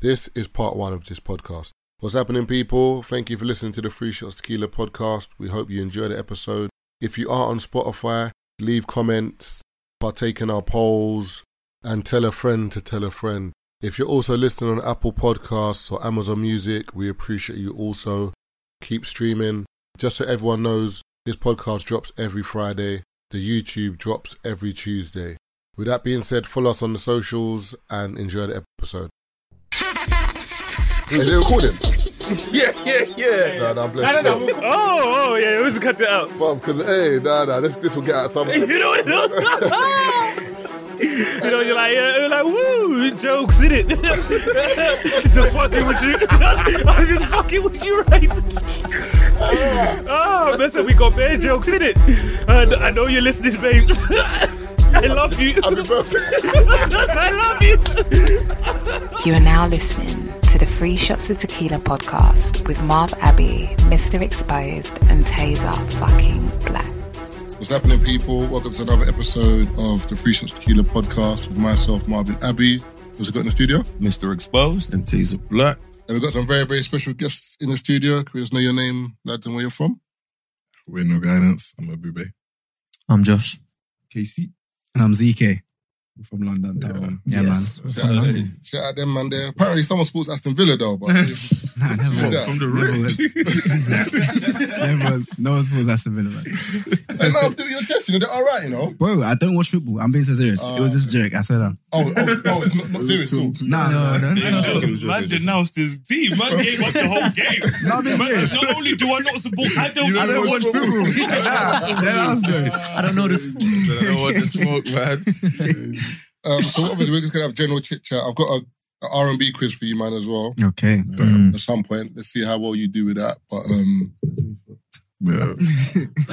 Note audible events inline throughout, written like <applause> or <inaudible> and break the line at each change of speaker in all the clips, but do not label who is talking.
This is part one of this podcast. What's happening, people? Thank you for listening to the Free Shots Tequila podcast. We hope you enjoy the episode. If you are on Spotify, leave comments, partake in our polls, and tell a friend to tell a friend. If you're also listening on Apple Podcasts or Amazon Music, we appreciate you also. Keep streaming. Just so everyone knows, this podcast drops every Friday. The YouTube drops every Tuesday. With that being said, follow us on the socials and enjoy the episode. Is it recording?
Yeah, yeah, yeah.
No, no, I'm
I don't
blessed.
know. Oh, oh, yeah. Let's cut that out. <laughs>
Bro, because, hey, nah, nah, this, this will get out some.
<laughs>
You know what? you know, you're like, yeah, you're like, woo, jokes in it. <laughs> just fucking with you. I was just fucking with you, right? oh, man, so we got bad jokes in it. I, I know you're listening, babes. <laughs> I love you.
Happy birthday.
<laughs> I love you.
You are now listening to the Free Shots of Tequila podcast with Marv Abbey, Mr. Exposed, and Taser fucking Black.
What's happening, people? Welcome to another episode of the Free Shots Tequila podcast with myself, Marvin Abbey. What's it got in the studio?
Mr. Exposed and Teaser Black.
And we've got some very, very special guests in the studio. Can we just know your name, lads, and where you're from?
We're no guidance. I'm a bube.
I'm Josh.
KC
And I'm Oh, ZK.
from London.
Yeah.
Town.
Yeah,
Yes.
man.
Shout out, them- shout out them, man. There. Apparently, someone sports Aston Villa, though, but
<laughs> Nah, never
Who's
was.
that?
From the
Never
roots.
<laughs> was. Never was. No one supposed to Villa, man.
Hey, man, do your chest, you know, they're all right, you know.
Bro, I don't watch football. I'm being so serious.
Oh,
it was just a joke. I swear that.
Oh, oh, oh it's not, not serious talk.
Nah, no, no, no.
Man,
no.
man
<laughs>
denounced his team. Man gave up the whole game.
<laughs>
No, this
Man,
<laughs> is-
not only do I not support, I don't,
I don't watch
watch
football. <laughs> Nah, that was good. <laughs> I don't know this.
I don't want
<laughs>
to smoke, man.
Um, so obviously, we're just gonna have general chit chat. I've got a, r and B quiz for you, man, as well.
<laughs> <laughs> Okay.
At some point, let's see how well you do with that. But um,
Yeah.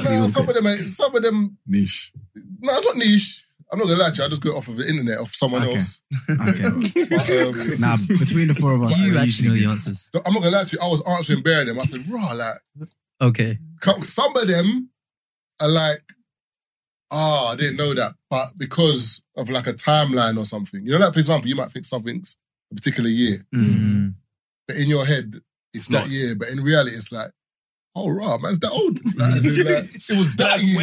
nah, some of them, ain't- some of them,
Niche.
no, nah, it's not niche. I'm not gonna lie to you. I just go off of the internet of someone
Okay.
else. But,
Okay.
um,
<laughs> Nah, between the four of us,
Do you
we
actually know
usually
the
do.
answers.
I'm not gonna lie to you. I was answering bare of them. I said, raw, like
Okay.
co- some of them are like, ah, I didn't know that, but because of like a timeline or something, you know, like for example, you might think something's a particular year.
Mm.
but in your head, it's that
not.
year. But in reality, it's like, oh, rah, man's that old. Like, as in, like, it was that
Like,
year.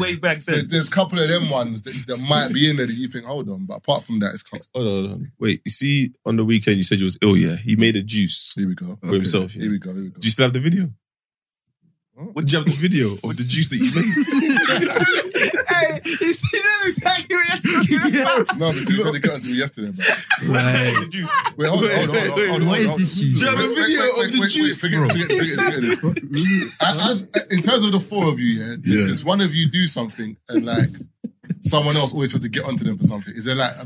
way, way back
So
then.
there's a couple of them ones that, that might be in there that you think, hold on. But apart from that, it's kind of,
Hold on, hold on.
Wait, you see, on the weekend you said you was ill, yeah? He made a juice
here we go.
for himself. Yeah?
Here we go. Here we go.
Do you still have the video? What do you have the video of the juice that you
<laughs>
made?
<laughs> Hey, you see, that's exactly what you're <laughs> talking about.
No, because you said they got into me yesterday. But...
Right.
Juice.
Wait, hold on, hold on, hold on, hold on, hold on.
What is
hold on.
this juice? Do
you have a
Wait,
video
wait,
of
wait,
the
wait,
juice,
Forget,
bro?
forget, forget, forget this. I- as- in terms of the four of you, yeah,
Yeah.
does one of you do something and like someone else always has to get onto them for something? Is there like a,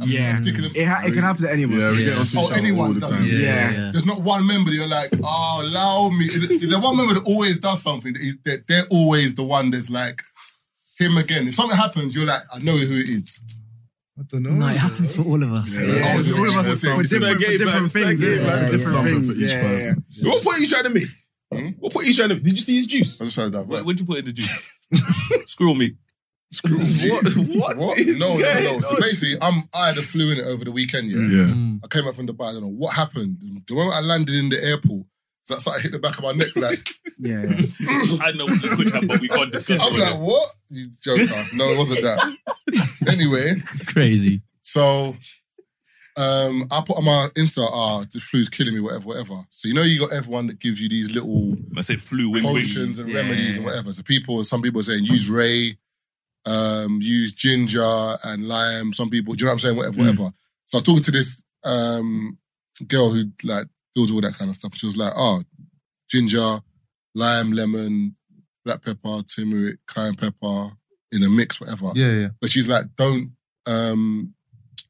a
Yeah.
particular?
It, ha- it can happen to any of us.
Yeah, we get onto
Oh,
each other
anyone
all the
does.
time.
Yeah.
Yeah.
yeah.
There's not one member that you're like, oh, allow me. Is, it- is there one member that always does something that, is, that they're always the one that's like him again? If something happens, you're like, I know who it is.
I don't know.
No, it happens for all of us.
Yeah.
Yeah,
Oh,
it's
it's
all of
different
us for
things.
different, for
Like
different
gay
things.
bags,
it's
like
like
gay
different
bags.
things.
Something for each
yeah,
person.
what point are you trying to make?
Hmm?
What point are you trying to make? Did you see his juice?
I just tried that.
What
What?
would you put in the
<laughs>
juice? Squirrel meat.
what? <laughs> What?
what?
is
No, no,
going
no. So
on?
basically, I'm, I had a flu in it over the weekend, yeah.
Yeah.
I came back from Dubai, I don't know what happened. The moment I landed in the airport, so I hit the back of my neck like,
Yeah. yeah.
I know what you could have, but we can't
<laughs>
discuss
I'm
it.
like, what? You joker. No, it wasn't that. anyway,
Crazy.
So um, I put on my Insta, ah, the flu's killing me, whatever, whatever. So you know you got everyone that gives you these little
I said flu, wing, wing.
potions and
Yeah.
remedies and whatever. So people, some people are saying use Ray, um, use ginger and lime. Some people, do you know what I'm saying? Whatever, whatever. So I was talking to this um, girl who like does all that kind of stuff. She was like, oh, ginger, lime, lemon, black pepper, turmeric, cayenne pepper in a mix, whatever.
Yeah, yeah.
But she's like, don't um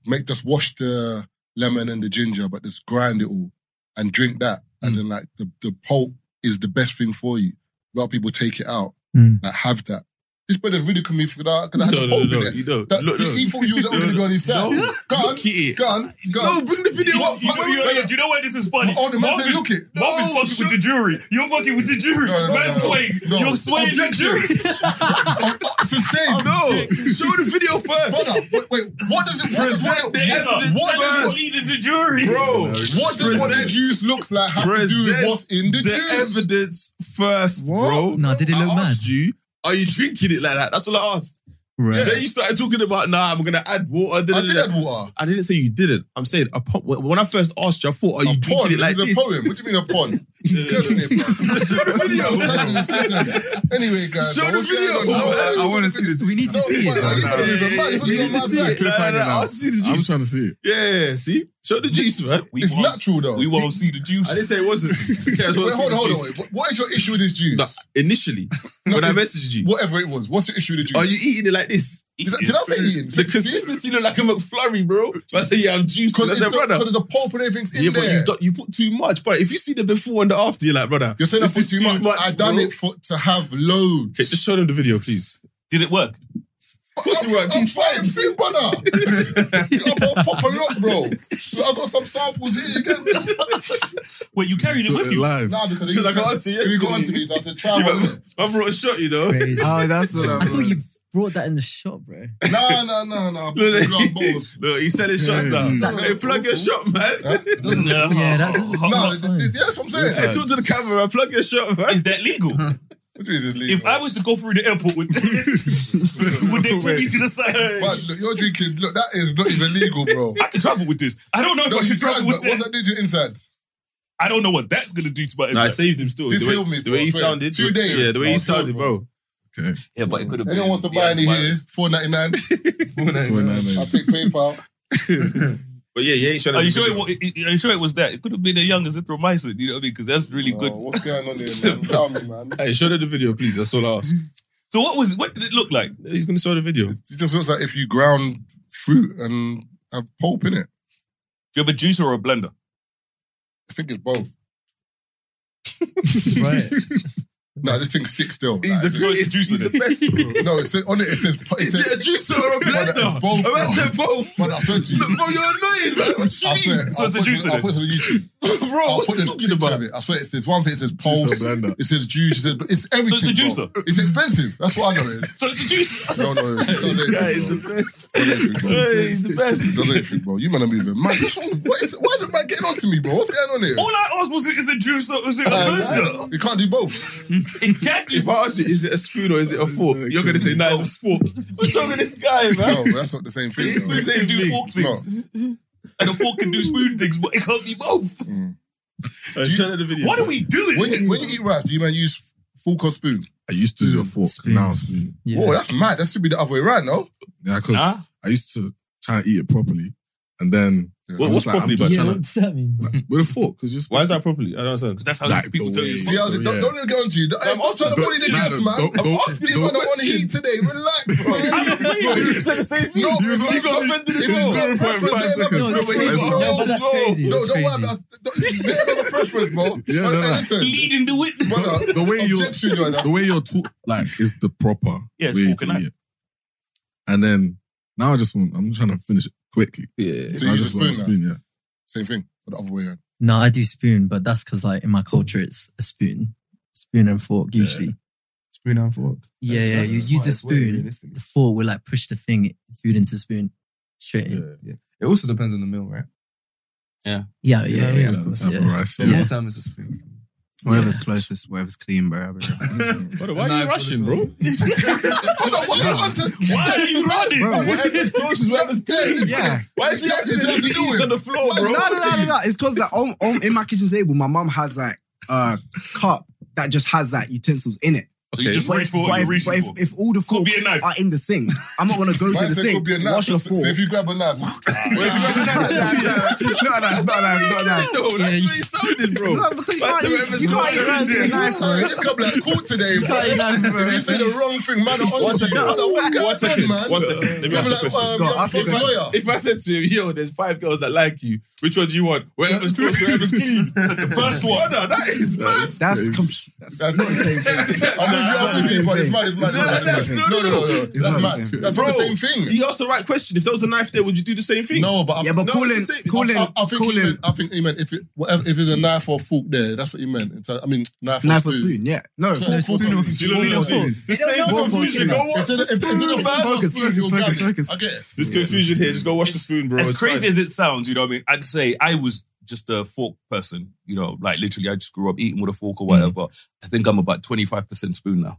make just wash the lemon and the ginger, but just grind it all and drink that. As in like the, the pulp is the best thing for you. A lot of people take it out.
Mm.
Like have that. This brother really could me could I, could I have
No,
the E
no,
Pope
no,
in
no.
there.
You don't.
That-
Look,
He
no.
thought you was
<laughs>
going to be on his side.
No.
Go on,
Look at it.
go on, go on.
No, bring the video
What-
up. You
what-
got
Yo, yo, yo, do you know why this is funny?
Oh, the man said,
Marvin-
look it.
Bob is
No,
fucking with the jury. You're fucking with the
No,
jury.
no, no,
man
no, no.
swaying.
No.
You're swaying the
Objection.
jury.
<laughs> Oh, oh, Sustained.
No, show the video <laughs> first.
Brother, wait, wait, what does it, what does, what,
Present the
what,
evidence
what
Man
does,
first.
what,
leading the jury.
Bro,
what does what the
Present-
juice looks like have to do with
present
what's in the,
the
juice?
evidence first,
What?
bro.
Nah, did it look
I
mad?
asked you, are you drinking it like that? That's all I asked.
Right.
Then you started talking about, nah, I'm gonna add water.
I
da, da,
did
da,
add
da.
water.
I didn't say you didn't. I'm saying a pump, when I first asked you, I thought, are
A
Oh, you
pond.
drinking it like
This is a
this? <laughs>
poem. What do you mean a pond? It's killing it, bro.
Show the video. <laughs>
I'm telling you, listen. Anyway, guys,
Show
man,
the
what's
video.
going on?
No,
Why are you
I
looking
wanna
at
see
me?
the
We need to
No,
see
why are
it.
you looking at me, man? You must be on my
Yeah, yeah, yeah,
side.
yeah. Nah, nah, I'll see the I'm juice. trying
to see it.
Yeah, see? Show the juice, man.
We
It's
won't-
natural, though.
We won't see the juice.
I didn't say it <laughs> wasn't. I said I
Wait,
was gonna
hold
see
on,
the
hold on.
juice.
wait. What is your issue with this juice?
No, <laughs> initially,
No,
when I
it-
messaged you,
Whatever it was, what's the issue with the
are
juice?
you eating it like this?
Did I, did I say Ian?
The consistency look like a McFlurry, bro. I say, yeah, I'm juiced. I
Because
said, brother.
the pulp and everything's in
Yeah, but
there.
you, do, you put too much, bro. If you see the before and the after, you're like, brother.
You're saying I
this
put
is
too much. I done
bro.
it for to have loads.
Okay, just show them the video, please.
Did it work?
Of course it works.
I'm
He's
fighting
fine.
thing,
<laughs>
brother. I pop, pop a lot, bro. I got some samples here. You
<laughs>
guys-
Wait, you carried it with you.
<laughs>
live.
Nah, because he
Because I got
got
onto
to we got
yesterday.
onto these.
<laughs>
I said, try
Yeah,
one.
but I brought a shot, you know.
Crazy.
Oh, that's what
I thought you brought that in the shop, bro.
Nah, nah, nah,
<laughs>
nah. I put
Look,
some glass balls.
look, he's selling shots now.
That-
Hey, plug your shot, man.
Huh?
<laughs>
Doesn't it?
Yeah, that doesn't-
How-
Nah,
how-
th-
fine.
th- that's what I'm saying.
Hey, talk to the camera. Plug your shot, man.
Is
<laughs>
that legal?
What is this league,
If I
bro?
was to go through the airport
<laughs>
with <laughs> would they put me to the side?
But look, you're drinking. Look, that is not is illegal, bro.
<laughs> I can travel with this. I don't know if
No,
I
you
can
tried,
travel
but
with
what's
this.
that did to your insides?
I don't know what that's gonna do to my
Nah, I
interest.
saved him still.
This
the way,
film is
the way he
bro,
sounded.
fair. Two days.
Yeah, the way
Oh,
he
sure,
sounded, bro.
yeah, but it could have
Anyone wants to buy any here? Four ninety
<laughs>
nine. I'll take PayPal.
But yeah, he ain't showing
Are
us
you
the
sure? It,
video.
wa- are you sure it was that? It could have been a young azithromycin. You know what I mean? Because that's really
Oh,
good.
what's going on here,
<laughs>
man? Tell me, man.
Hey, show them the video, please. That's all I asked.
So what was? What did it look like?
He's gonna show the video.
It just looks like if you ground fruit and have pulp in it.
Do you have a juicer or a blender?
I think it's both.
<laughs> Right.
No, this thing's sick still. Like, it's-
So it's a juicer.
<laughs>
then.
best.
no, it says, on it, it says, it
Is it a
says
juicer or a
Brother,
blender?
it's both,
I
bro.
said both.
but I swear to you.
<laughs> Look, bro, you're annoying, man. What you
I
mean?
swear,
So
I'll,
it's a
put it,
juicer
I'll
then?
put it on YouTube.
Bro,
I'll
what's
put
he
the
talking
picture
about?
of it. I swear it says one thing, it says pulse,
blender.
it says juice, it says, but it's everything.
So it's a
bro. It's expensive. That's what I know it is.
So it's a juicer.
No, no,
<laughs>
it's, it
This
doesn't
guy is
everything,
the best.
bro. It does everything, bro.
Hey, he's the
It
best.
does everything, bro. You man are moving. Man, what's wrong? What is, why is it man getting onto me, bro? What's going on here?
All I asked was, is it juice or is it a
Uh,
blender?
You can't do both.
Exactly.
If I ask you, is it a spoon or is it a fork? You're gonna say, nah, it's a fork. What's wrong with this guy, man?
No, but that's not the same thing.
It's
though.
the same do
thing.
fork things. And a fork can do spoon things, but it can't be both.
Uh, show them the video.
What are we doing?
When you, when you eat rice, do you man use full cost spoon?
I used to do a fork.
Spoon.
Now spoon.
Yeah.
Oh, that's mad. That should be the other way around, no?
Yeah, because
Huh?
I used to try and eat it properly, and then
Yeah.
I'm
What- what's
just like,
properly,
I'm
bro?
just
yeah,
trying
what does that mean?
to- with a fork. Because just
Why is that properly? I don't understand.
That's how
Like
people
the
tell you.
way-
it's
See, I
not.
So,
don't,
yeah.
don't let it get onto you. I'm not trying to bully the guests, man.
Don't,
I'm
don't,
asking you, man. I'm
<laughs>
on heat today. Relax,
<laughs> I'm
man.
afraid. <laughs>
No,
You was
because
like,
got
you-
offended as
you
well.
was
Got a
0.5
preference, they have a
seconds.
preference.
No, that's crazy.
Bro, wait,
No, but that's
No,
crazy.
No,
That's
don't worry
crazy.
about They have a preference, bro.
<laughs>
But,
Yeah, no,
hey,
no.
Listen,
Leading the witness.
brother,
the way you
objection, you know,
<laughs>
the way you're talk like is the proper
Yeah, it's
way
fork
to
and knife.
eat it. And then now I just want I'm trying to finish it quickly.
Yeah.
So
I
you use
just
a
want
spoon
a spoon, yeah.
Same thing, but the other way around.
No, I do spoon, but that's because like in my culture it's a spoon, spoon and fork usually.
Spoon and fork.
Yeah, yeah.
That's
you
the
use the
smartest way,
spoon.
realistically.
the fork will like push the thing, food into spoon straight in.
Yeah. It also depends on the meal, right?
Yeah,
You know
yeah,
what I
yeah.
mean?
of course,
Type of
yeah.
rice,
So
yeah.
more time is a spoon.
Whatever's
closest, whatever's clean,
<laughs>
bro.
Brother, why
Nah,
are you
it's
rushing, bro?
Brother, why you want to-
Why are you running?
Bro, what-
<laughs>
Whatever's close is whatever's dead.
<laughs>
Yeah.
Why is he
Exactly,
acting like
exactly.
he's on the floor,
Why-
bro?
No,
Nah,
no, no, no, no.
It's because like on, on in my kitchen table, my mom has like a cup that just has like utensils in it.
So you
Okay.
just reach for what
but
you're
if,
reaching
but
for.
if, if all the
Could be a
forks
knife.
are in the sink, I'm not gonna go to
Why
the
is it
sink,
could be a knife?
wash
So
a fork.
so if you grab a knife,
<laughs>
It's not that, it's not that, it's not that.
No, that's what he sounded, bro.
No, because you
That's
can't
the whatever's
use- you can't
closest.
use a knife, bro.
it's got like cool today, bro. If you say the wrong thing, man, I'm
One
on to you.
second.
Brother, what's going
One
on,
second.
man?
One second. Let me
You're
ask you a
like,
question.
um,
Go,
you're a
ask me a
fucking
question.
lawyer.
If I said to him, yo, there's five girls that like you, which one do you want? Whatever's close, whatever's clean.
The first one.
Brother, that is mad.
That's complete. That's
That's
not the same thing.
I'm
not the same
but it's
thing.
mad, it's mad,
It's not
it's
the
mad.
same
No, no, no, no.
It's
That's
not the
mad.
same thing.
That's not the
Bro,
same thing.
You asked the right question. If there was a knife there, would you do the same thing?
No, but I,
<laughs> Yeah, but
No,
calling,
it's the same.
calling,
I, I, I think he
calling
meant, I think he meant if it, whatever, if it's a knife or fork there, that's what he meant. It's a, I mean, knife,
knife
or
or
spoon.
spoon. Yeah, no,
So,
fork,
fork or
spoon.
spoon.
Do you know what I mean?
Fork or spoon.
The same
know.
confusion. Go watch
If it's a- if it's a bag or
Focus,
spoon, you'll grab
focus,
it.
focus.
I get it.
This confusion here. Just go watch the spoon, bro.
as
It's
crazy
fine.
as it sounds, you know what I mean? I'd say I was just a fork person, you know, like literally I just grew up eating with a fork or whatever. I think I'm about 25% spoon now.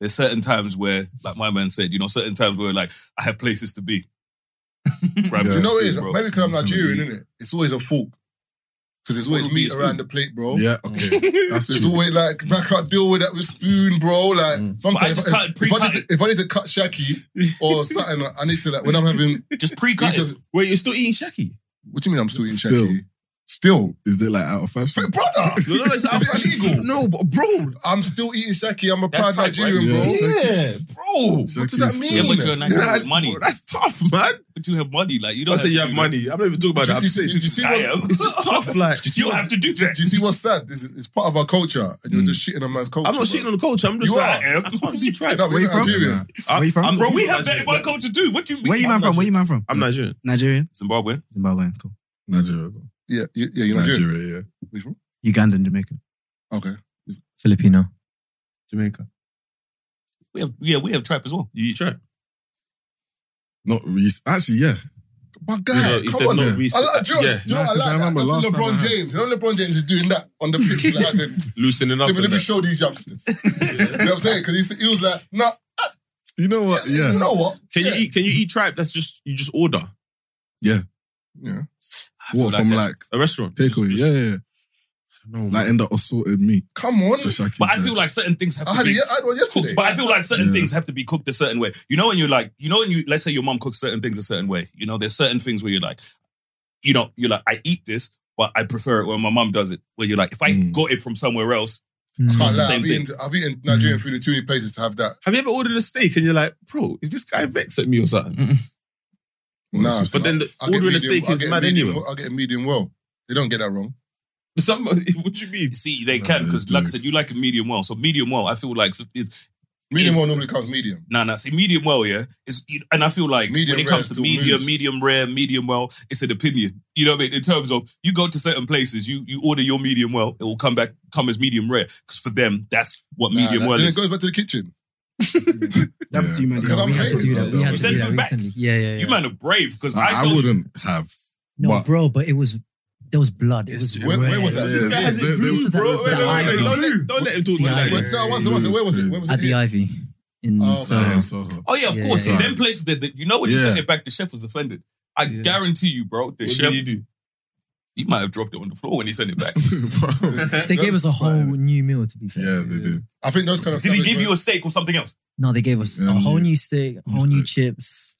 There's certain times where, like my man said, you know, certain times where like I have places to <laughs> be. Grab
Do
Yeah.
you know what it
spoon,
is?
bro.
Maybe because I'm Nigerian, isn't it? It's always a fork. Because it's always
What would be
meat
a
around
spoon?
the plate, bro.
Yeah, okay. That's
It's
true. Mm.
always like, I can't deal with that with spoon, bro. Like,
But I
sometimes
just
if, I-
can't
if I
pre-cut
need to, if I need to cut shaki or something, I need to, like, when I'm having.
Just pre-cut it.
eaters-
Wait, you're still eating shaki?
What do you mean I'm still eating
Still.
shaki?
Still, is it like out of fashion?
F- Brother!
No, no,
<laughs>
it's not
Is it illegal?
No, but bro,
I'm still eating shaki. I'm a
That's
proud
right,
Nigerian,
right?
bro.
Yeah.
yeah, bro.
Shaki
What does
is
that
still-
Yeah, but you're
mean?
not with
Nah,
money.
bro, that's tough, man.
But you have money. Like you
I
don't
say you have
to-
money. I'm not even talking about
Do
that.
you
I'm
see-
saying
do you see
I
what
am.
it's
<laughs>
just tough. Like,
You have to do that.
Do you see what's sad? This is, it's part of our culture, and
Mm.
you're just shitting on man's culture.
I'm not shitting on the culture. I'm just
You
like,
are.
I can't be tried.
No, we're
Where you from?
Nigerian.
Where you from?
I'm-
Bro, we
I'm
have that in my
Nigerian.
culture too. What do you mean?
Where you man from? Where you man from?
I'm Nigerian.
Nigerian,
Zimbabwe.
Zimbabwean, cool.
Nigeria.
Yeah, you- yeah, you're Nigerian.
Nigeria, yeah.
Ugandan, Jamaican,
<laughs>
Okay.
Filipino.
Jamaica.
We have yeah, we have trap as well.
You eat tripe.
Not Reese. Actually, yeah.
But guy,
he
come
said
on.
no
I
reason.
like, do you know-
Yeah.
do you know
Nah,
what
'cause I
I like
remember
that?
last
That's
time
LeBron
I had-
James. You know LeBron James is doing that on the
<laughs>
pitch. Like I said,
Loosening up.
let me, let
and
me
that.
show these youngsters. you know what I'm saying? Because he, was like, no,
You know what?
you
Yeah.
know what?
Can
Yeah.
you eat? Can you eat tripe? That's just you just order
Yeah.
What,
like
from
that.
like
a restaurant.
takeaway? Yeah, yeah, yeah.
No,
Like in the assorted meat.
Come on.
The shaki.
But I
yeah.
feel like certain things have
I
to
had, a,
be
I had one yesterday.
cooked. But I feel like certain
Yeah.
things have to be cooked a certain way. You know, when you're like, you know, when you let's say your mom cooks certain things a certain way. You know, there's certain things where you're like, you know, you're like, I eat this, but I prefer it when my mom does it. Where you're like, if I
Mm.
got it from somewhere else,
I
Mm.
can't lie.
Same
I've eaten, I've eaten Nigerian food in too many places to have that.
Have you ever ordered a steak and you're like, bro, is this guy vexed at me or something?
Well, it's
Nah.
just-
But then the, ordering a steak
I
is
get
mad
medium,
anyway. <laughs>
I get medium well. They don't get that wrong.
Some, what you mean?
see, they
No,
can
they
because,
do.
like I said, you like it medium well. So medium well, I feel like it's
Medium
It's-
well normally comes medium.
no, nah, no. Nah, see, medium well, yeah, is and I feel like
Medium
when it
rare
comes to
still
medium,
moves.
medium rare, medium well, it's an opinion. You know what I mean? In terms of you go to certain places, you you order your medium well, it will come back come as medium rare because for them that's what
Nah,
medium
nah.
well
Then
is.
it goes back to the kitchen.
That
Yeah.
team, man.
Because
Yeah,
I'm
we had to
hating
do
on
that. We
that.
had
You
to
sent
do that
it back.
recently. Yeah, yeah, yeah.
You man are brave because
Nah,
I,
I,
told
wouldn't have.
no,
but-
bro, but it was there was blood. It
Yes,
was
Where, where
red.
was that?
Yeah,
This guy
yeah.
has it
They- they
bruised,
was-
bro.
they
Wait,
was
wait, wait,
dying.
wait, Don't let don't let him talk
Yeah,
like
yeah.
What's
that.
that? What's it? What's it? Where was it? Where was it? <laughs>
at the Ivy in
Oh,
so
okay.
Yeah, so, so.
Oh yeah, of
Yeah,
course.
yeah,
In
yeah.
them places that that- you know when you
Yeah.
sent it back, the chef was offended. I
Yeah.
guarantee you, bro. The
What
chef
did you do?
he might have dropped it on the floor when he sent it back.
they gave us a whole
That's-
new meal. To be fair,
yeah, they did.
I think those kind of.
Did he give
establishments-
you a steak or something else?
no, they gave us
Yeah,
a whole
new-
new steak, a whole new chips.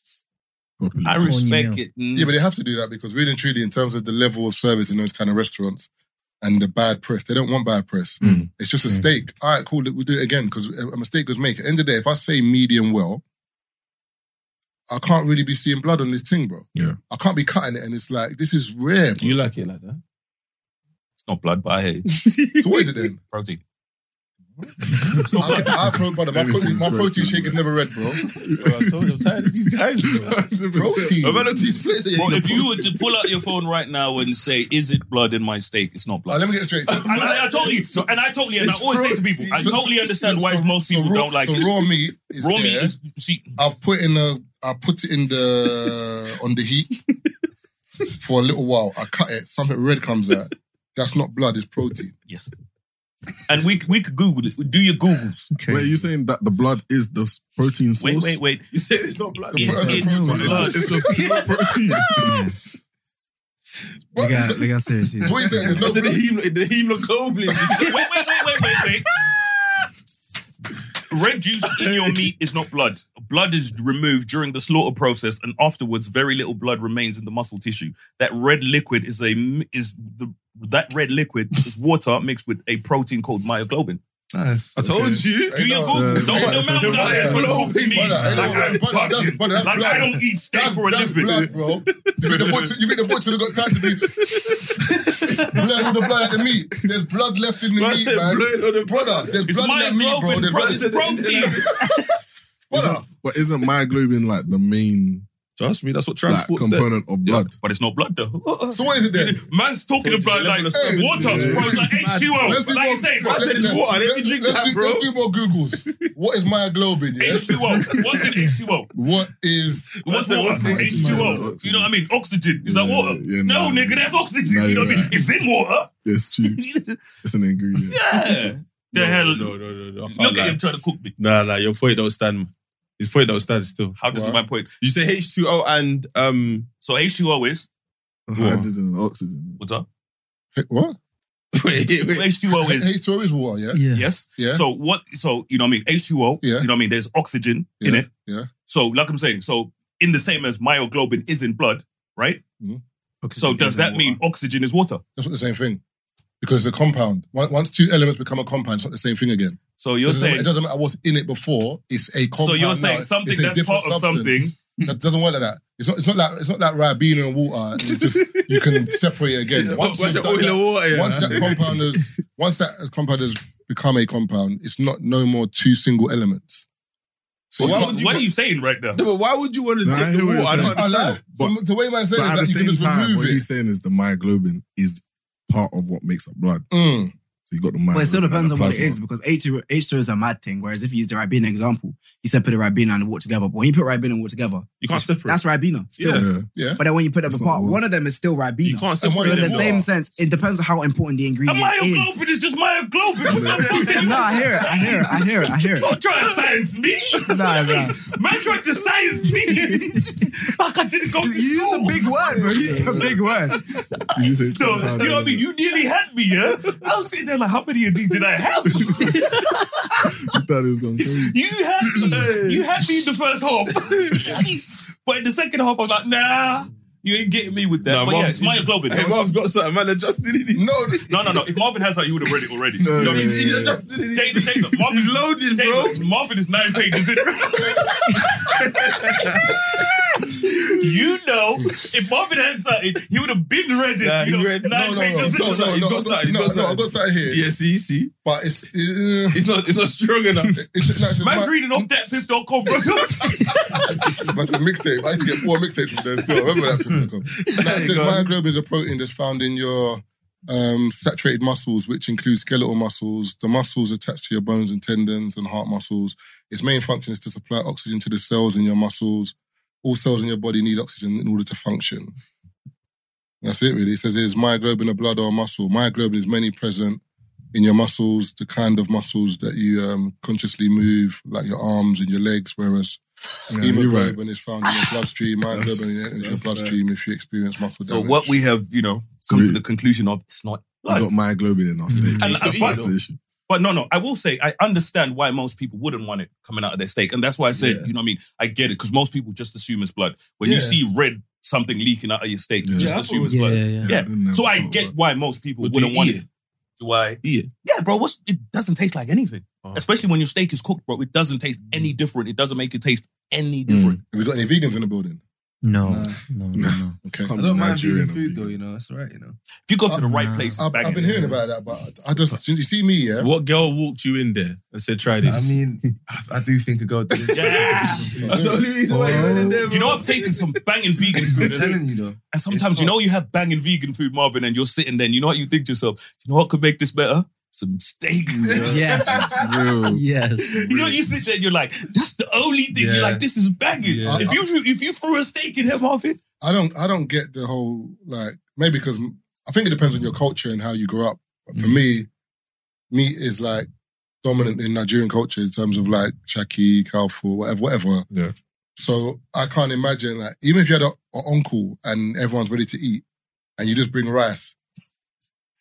Properly.
I
Whole new
respect
meal.
it. Mm.
Yeah, but they have to do that because really and truly, in terms of the level of service in those kind of restaurants and the bad press, they don't want bad press.
Hmm.
Mm.
It's just a
Mm.
steak. All right, cool. We'll do it again because a a mistake was made. At the end of the day, if I say medium well, I can't really be seeing blood on this thing, bro.
Yeah.
I can't be cutting it, and it's like this is rare. Bro.
You like it like that?
it's not blood, but I hate it.
So what is it then?
<laughs> protein.
I, I, I, brother, my
Maybe
protein,
it's
my protein
protein,
shake is
bro.
never red,
<laughs>
bro.
Bro, I told you, I'm tired of these guys. bro.
Protein.
I'm out of these places. that
Well,
you're
if you were
protein.
to pull out your phone right now and say, "Is it blood in my steak?" It's not
All right,
blood.
let me get it straight. So-
<laughs> And I, I told you, and I totally, and I
It's
always say to
fruit.
people, I
So-
totally understand why
so-
most
so
people
raw-
don't like
so
it.
raw meat. Is
Raw meat
there.
is see,
I've put in the I put it in the on the
<laughs>
heat for a little while. I cut it. Something red comes out. That's not blood. It's protein.
yes, and we we could Google it. Do your Googles.
Okay.
Wait, you saying that the blood is the s- protein source?
Wait, wait, wait.
You said it's not black.
The
Is
pro-
it
protein.
blood?
It's-
It's a
<laughs>
pure protein.
What
They
is
got,
it?
they got serious.
<laughs>
So what you saying?
I
There's
said
no
the hem- the hemoglobin.
wait, wait, wait, wait, wait, wait. Red juice in your meat is not blood. Blood is removed during the slaughter process, and afterwards, very little blood remains in the muscle tissue. That red liquid is a m- is the that red liquid is water mixed with a protein called myoglobin.
Nice.
I told you.
Do your Google. Don't put
<laughs>
your mouth out there full of
Brother, hey, no,
please.
brother, that's- brother, that's
Like
blood.
I don't eat steak
That's,
for a <laughs>
that's
living.
<laughs> blood, bro. You think the butcher? You think the butcher got time to be? blowing all the blood at the meat. There's blood left in the
Bro
meat,
said
man.
blowing on the-
Brother, there's
It's
blood in that meat, bro.
myoglobin,
There's
bro.
blood in
It's
<laughs>
protein.
Brother,
But isn't myoglobin like the main
Trust me, that's what
like,
transports them.
component of
Yeah, Uh,
blood?
but it's not blood though.
so what is it then?
Man's talking about like
Level of
Hey,
water,
yeah.
bro. It's like
Let's
H2O.
do
Like you
more.
say,
let's
said
do-
it's water. Let me drink
let's
that,
do-
bro.
Let's do more
<laughs>
Googles. What is myoglobin? Yeah?
H2O. What's in H2O?
What is
What's
That's
water?
what's in
H2O.
H2O.
You know what I mean? Oxygen. Is that
Yeah,
water?
yeah,
no,
nah.
nigga, that's oxygen.
No,
you know what I
you're
mean?
right.
It's in water. <laughs>
It's true. it's an ingredient.
Yeah. The hell?
No, no, no, no. I can't
Look
lie.
at him trying to cook me.
Nah, nah, your point don't stand. His point don't stand still.
How does
What?
my point?
You say H2O and um
So H2O is
Hydrogen and oxygen.
what's up?
what?
wait, wait.
H2O is
H2O is water, yeah?
Yeah.
yes.
Yeah.
So what? So you know what I mean? H2O.
Yeah.
You know what I mean? There's oxygen in
Yeah,
it.
yeah.
So like I'm saying, so in the same as myoglobin is in blood, right? So does that mean oxygen is water?
That's not the same thing. Because it's a compound. Once once two elements become a compound, it's not the same thing again.
So
so
you're
it doesn't-
saying.
it doesn't matter what's in it before. It's a compound.
So
now.
you're saying
It's
something
a
that's
different
part of something.
That doesn't work like that. It's not. It's not like. It's not like Ribena and water.
<laughs>
It's just you can separate it again. Once,
What's
you've
that
done
oil
that-
and water? yeah?
once that compound has once that compound has become a compound, it's not no more two single elements. So
But
you
why
can't-
would
What are you saying right now?
No, but why would you want to
Nah, I
take the
hear what
water?
you're
I don't
saying.
I
understand.
know. But the way man says
But at
that
the
you can
same
just
time,
remove
what he's
it.
saying is the myoglobin is part of what makes up blood.
Mm.
So you got the myoglobin.
But it still
and the
depends on what it
plasma.
is because H2, H2 is a mad thing. Whereas if you use the Ribena example, he said put the Ribena and the water together. But when you put Ribena and water together,
You can't separate.
that's Ribena still.
Yeah.
Yeah.
But then when you put them
That's not
apart,
water.
one of them is still Ribena.
you can't
And what
so
separate
in
it
the
them.
is.
same sense, it depends on how important the
A
ingredient
myoglobin
is.
is just myoglobin. What the fuck
<laughs>
is-
No, I hear it. I hear it. I hear it. I hear it.
Don't try to science me.
Nah, nah.
Man tried to science me. Fuck, I didn't go to
You use
school.
a big word, bro. You use a big word.
You say
So, you know what I mean? You nearly had me, yeah? I was sitting there like, how many of these did I have?
You thought it was going to kill you.
You had me. You had me in the first half. but in the second half, I was like, nah, you ain't getting me with that.
Nah,
but yeah,
Marvin-
it's myoglobin.
Hey, Marv's got something, man. Adjusted it.
No,
no, no, no. If Marvin has that, you would have read it already.
No,
You know,
no,
he's-
no,
he's
no.
adjusted it. Take- take the- Marvin's
He's loaded,
Take
bro.
this. Marvin is nine pages in. <laughs> you know, if Marvin had something, he would have been read it.
Nah,
you know,
he read-
no,
nine
no, no,
pages
no,
in.
no, no,
He's
I've
got something, he's
no,
got
no, I've
something.
got something here,
Yeah, see, see.
but it's uh,
It's not, it's not strong
<laughs>
enough.
it's, no, it's just
Man's
my-
reading off that piff.com, bro.
That's a mixtape. I had to get four mixtapes from there still. Remember that from Now, it says
Go on.
myoglobin is a protein that's found in your um, saturated muscles, which includes skeletal muscles, the muscles attached to your bones and tendons and heart muscles. Its main function is to supply oxygen to the cells in your muscles. All cells in your body need oxygen in order to function. That's it, really. It says, is myoglobin a blood or a muscle? Myoglobin is mainly present in your muscles, the kind of muscles that you um, consciously move, like your arms and your legs, whereas
Yeah, you're right.
hemoglobin is found in your
<laughs>
bloodstream. Myoglobin enters your
that's
bloodstream if you experience muscle damage.
we have, you know,
come to the
conclusion of, it's not
We got myoglobin
Mm-hmm.
in our steak.
And
That's,
I-
that's the issue.
But no, no, I will say I understand why most people wouldn't want it coming out of their steak. And that's why I said,
Yeah.
you know what I mean? I get it, because most people just assume it's blood. When you
Yeah.
see red something leaking out of your steak, you
Yeah.
just
Yeah, I
assume
thought-
it's
Yeah,
blood.
yeah, yeah.
Yeah.
didn't know
So I
about
get
that.
why most people
But do
wouldn't
you
want
eat
it. Do I?
Eat it?
Yeah, bro. What's, it doesn't taste like anything.
Oh.
Especially when your steak is cooked, bro. It doesn't taste any different. It doesn't make it taste any different.
Have we got any vegans in the building?
No,
Nah.
no,
<laughs>
no, no.
Okay.
I
Come
don't
to
mind
Nigerian
vegan food
and
though, you
vegan.
know. That's right, you know.
If you go to the right
nah.
place, it's
I've, I've
banging.
been hearing about that, but I just, you see me, yeah?
What girl walked you in there and said, try this?
I
<laughs>
mean, I, I do think a girl. did it.
Yeah.
that's the only reason why you went in there.
You know, I'm tasting some banging
<laughs>
vegan
I'm <laughs>
food.
telling you though.
And sometimes
It's
you know
tough.
you have banging vegan food, Marvin, and you're sitting there. And you know what you think to yourself? You know what could make this better? Some steak.
Yes,
Real.
yes.
<laughs> you know you sit there and you're like, that's the only thing. You're
Yeah.
like, this is banging.
Yeah.
If you if you threw a steak in here, Marvin,
I don't, I don't get the whole, like, maybe because I think it depends on your culture and how you grew up. But
Mm.
for me, meat is like dominant in Nigerian culture in terms of like shaki, kalfu, whatever, whatever.
Yeah.
So I can't imagine, like, even if you had an uncle and everyone's ready to eat and you just bring rice,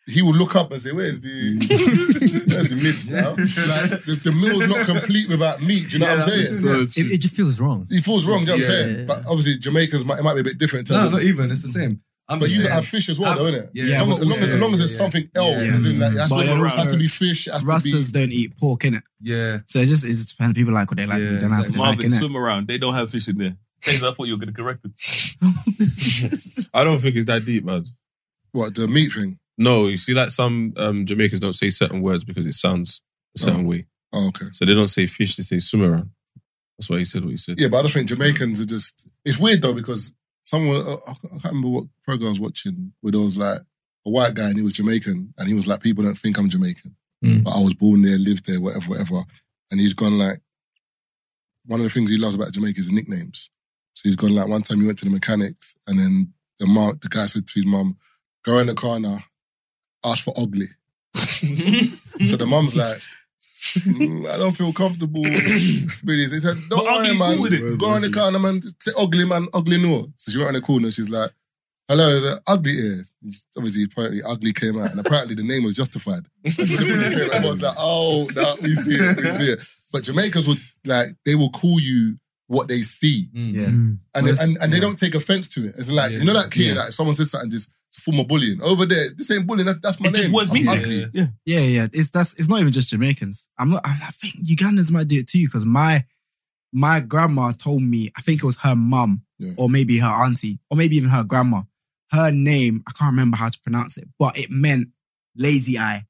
he will look up and say, Where's the,
Mm.
<laughs> where's the meat now?
<laughs>
Like, the, the meal's not complete without meat. Do you know
Yeah,
what I'm
that's
saying?
it.
So
It,
cheap.
it just feels wrong.
He falls wrong, do you know what I'm
Yeah,
saying?
yeah, yeah.
But obviously, Jamaicans, might, it might be a bit different in terms
No,
of
not even. It's the same. I'm
but
just
you
saying-
have fish as well,
I'm-
though, innit?
yeah,
as long as, as, long as,
yeah,
as, long as
yeah,
there's
yeah.
something else,
Yeah.
as in, like, it has,
But
to,
then
be-
also-
has to be fish, it has
Rastas
to
don't eat pork, innit?
Yeah.
So it's just, it just depends. People like what they like.
Yeah,
they don't like what
exactly.
they like,
Marvin,
innit?
swim around. They don't have fish in there. Taser, I thought you were going to correct it.
<laughs>
I don't think it's that deep, man.
be what the meat thing.
No, you see, like some um, Jamaicans don't say certain words because it sounds a certain way.
Oh, okay.
So they don't say fish; they say swim around. That's why he said what he said.
Yeah, but I just think Jamaicans are just. It's weird though because someone I I can't remember what program I was watching where there was like a white guy and he was Jamaican and he was like, "People don't think I'm Jamaican,
Hmm.
Mm.
but I was born there, lived there, whatever, whatever." And he's gone like, one of the things he loves about Jamaica is nicknames. So he's gone like one time he went to the mechanics and then the mom, the guy said to his mum, "Go in the car now, ask for
<laughs>
ugly." so the mum's like. "Mm, I don't feel
<clears throat>
comfortable. Really, they said, "Don't
But I'll
worry,
be
man.
cool with it."
Go in the corner, man. Say ugly, man. Ugly, no." So she went in the corner. She's like, "Hello, is it ugly here." Obviously, apparently, ugly came out, and apparently, the name was
<laughs>
justified. I was like, "Oh, no, we see it, we see it." But Jamaicans would like they will call you what they see,
Mm.
Yeah.
and
Well,
and,
it's-
and they don't take offense to it. It's like you know that kid, like if someone says something, just it's a form of bullying over there. This ain't bullying. That, that's my
It
name.
just was
I'm
me.
ugly.
Yeah.
Yeah, yeah. It's that's it's not even just Jamaicans. I'm not. I think Ugandans might do it too because my my grandma told me. I think it was her mum
Yeah.
or maybe her auntie or maybe even her grandma. Her name I can't remember how to pronounce it, but it meant lazy eye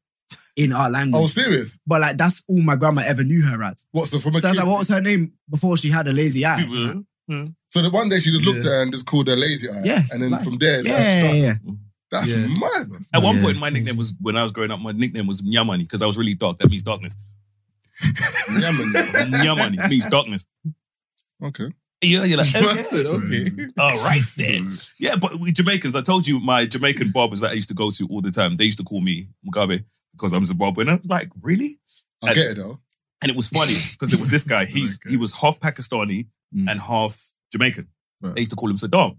in our language.
Oh, serious?
but like that's all my grandma ever knew her as.
What's the from a
So I was
kid?
like, what was her name before she had a lazy eye?
People-
So the one day she just looked
Yeah.
at her and just called her lazy eye.
Yeah.
And then
Like-
from there,
Yeah,
that's,
yeah, yeah.
that's
Yeah.
mad.
At one
Yeah.
point, my nickname was when I was growing up. My nickname was Nyamani because I was really dark. That means darkness.
Yemen. <laughs>
Nyamani means darkness.
Okay.
Yeah, you're like
<laughs> I
okay.
said, okay.
All right then. Yeah, but we Jamaicans, I told you my Jamaican barbers that I used to go to all the time, they used to call me Mugabe because I'm Zimbabwean. I'm like, really?
I get it though.
And it was funny because there was this
<laughs>
guy, he's he was half Pakistani
Mm.
and half Jamaican.
Right.
They used to call him Saddam.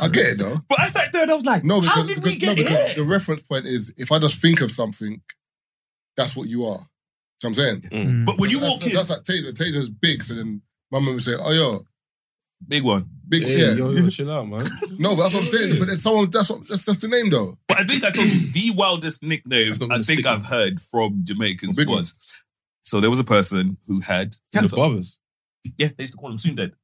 I get it though.
But I sat there and I was like,
No, because,
how did
because,
we
no,
get
because the
here?
reference point is if I just think of something, that's what you are. Do you know what I'm saying?
But when you
that's,
walk in,
that's, that's like Taser. Taser's big, so then my mum would say, "Oh yo,
big one.
big,
Hey,
yeah."
yo, yo, chill out, man.
<laughs> No, but that's what I'm saying. But then someone, that's what, that's just the name though.
But I think I told you the wildest nickname
That's not
I
gonna
think
stick.
I've heard from Jamaicans
A big one.
was. So there was a person who had
the
cancer.
barbers.
Yeah, they used to call him soon dead.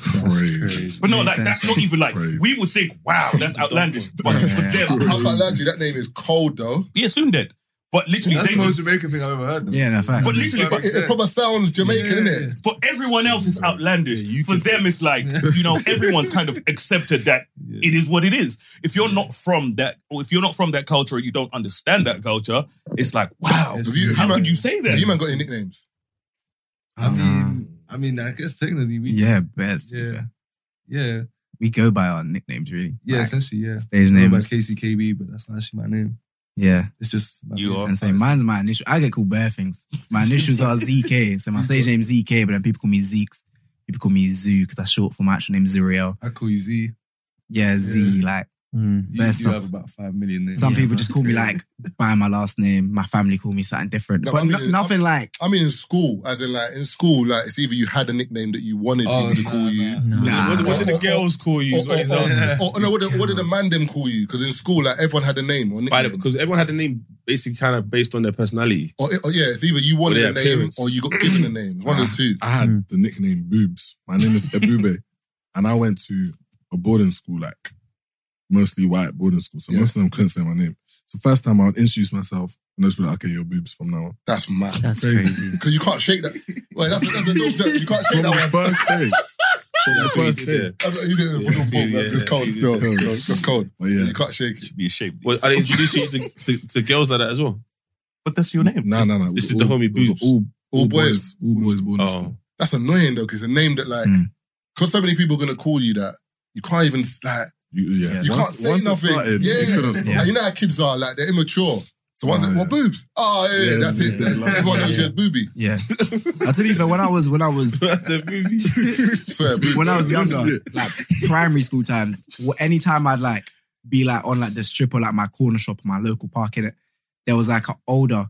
Crazy.
But no, like that's not even like
Crazy.
we would think, wow, that's outlandish. But for
I, I
them,
can't lie to you. That name is cold though.
yeah, soon dead. But literally,
That's
they
the most
just,
Jamaican thing I've ever heard.
Yeah, no, fact.
but literally,
It, it proper sounds Jamaican,
Yeah.
innit?
for everyone else, it's outlandish. for them, it's like you know, everyone's kind of accepted that it is what it is. If you're not from that, or if you're not from that culture, or you don't understand that culture. It's like, wow,
Yes,
Have you-
how
have you-
could you say
Have
that?
you man got any nicknames?
I mean, I mean, I guess technically we. Yeah,
Yeah, best.
yeah, yeah,
We go by our nicknames, really. Like,
essentially, yeah.
stage
Name by
names.
KCKB, but that's not actually my name.
Yeah.
It's just my
You
name.
Oh,
are.
And say, mine's my initial. I get called bare things. My initials are ZK. So my stage name's ZK, but then people call me Zeeks. People call me Zoo because that's short for my actual name, Zuriel.
I call you Z.
Yeah, Z. Like,
You
bare
do
stuff.
have about five million names.
Some people just call me like by my last name. My family call me something different,
No, I
but
mean,
no-
I'm-
nothing
<laughs>
like.
I mean, in school, as in like in school, like it's either you had a nickname that you wanted
Oh,
people to
nah,
call you,
nah.
Nah.
What, what did the girls call you?
or,
is what he's
or- or-
asking.
or- no, what did, what did the man them call you? Because in school, like everyone had a name or
By the-
nickname.
Because everyone had a name basically kind of based on their personality.
or, or yeah, it's either you wanted
their
a name
appearance. Ah.
or you got given a name. It's One of the two.
I
hmm.
had the nickname Boobs. My name is Ebube.
<laughs>
and I went to a boarding school, like mostly white boarding school. So
Yeah.
most of them couldn't say my name. So first time I would introduce myself and they'd just be like, okay, you're boobs from now on.
That's mad.
That's crazy.
Because you can't shake that. Wait, that's, that's a dope joke. You can't shake
From
that <laughs>
the
one.
first day. From the
That's what he
first
did
day.
there.
That's, he's in the
Yeah,
book.
yeah,
That's just
yeah,
cold
yeah.
still. It's just cold.
But Oh, yeah.
You can't shake it.
should be ashamed.
Was I introduced you to, to, to girls like that as well?
but that's your name.
No, no, no.
This is
It was
the homie
it was
Boobs.
All,
All boys.
All boys
Oh,
boarding
<laughs>
school.
That's annoying though, because a name that like,
Mm.
because so many people are gonna call you that, you can't even like,
You, yeah.
you
Once-
can't say
once it
nothing.
started,
yeah,
It couldn't stop.
And you know how kids are, like they're immature. So once,
Oh,
it-
yeah.
well, boobs. Oh yeah,
Yeah,
that's it.
yeah,
Then.
yeah.
Everyone knows you
Yeah.
as booby.
Yeah. I'll tell you, fair, when I was when I was
that's a <laughs> movie.
Swear, booby.
when I
<laughs>
was
This is
younger,
it.
like primary school times, wh- anytime I'd like be like on like the strip or like my corner shop, my local park in it, there was like an older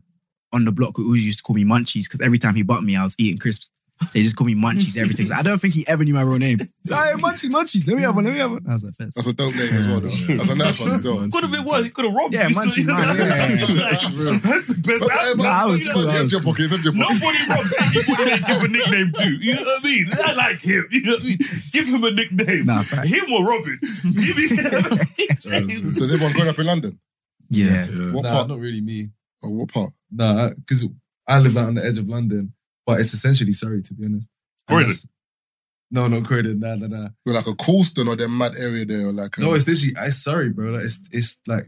on the block who always used to call me Munchies because every time he bumped me, I was eating crisps. They just call me Munchies everything. I don't think he ever knew my real name. Sorry, Munchies, Munchies. Let me have one. Let me have one. I was like, first.
That's a dope name as well, though. That's a nice one, though. uh,
Could have been worse. He could have robbed
Yeah,
you.
Munchie, man,
<laughs>
yeah,
yeah.
That's the best.
But, uh,
That's-
but,
I was
but,
cool, I
empty
was
your pocket, it's empty your pocket.
Nobody robs anybody they give a nickname to. You know what I mean? I like him. You know what I mean? Give him a nickname.
Nah, fact.
him or Robin. <laughs>
Yeah.
So has everyone grown up in London?
Yeah.
Yeah.
What
Nah,
part?
not really me.
Oh, what part?
Nah, because I live out on the edge of London, but it's essentially Surrey, to be honest. And
Croydon?
that's- No, no, Croydon. Nah, nah, nah.
You're like a Coolston or that mad area there, or like a,
Mm.
No, it's literally, it's Surrey, bro. Like, it's, it's like,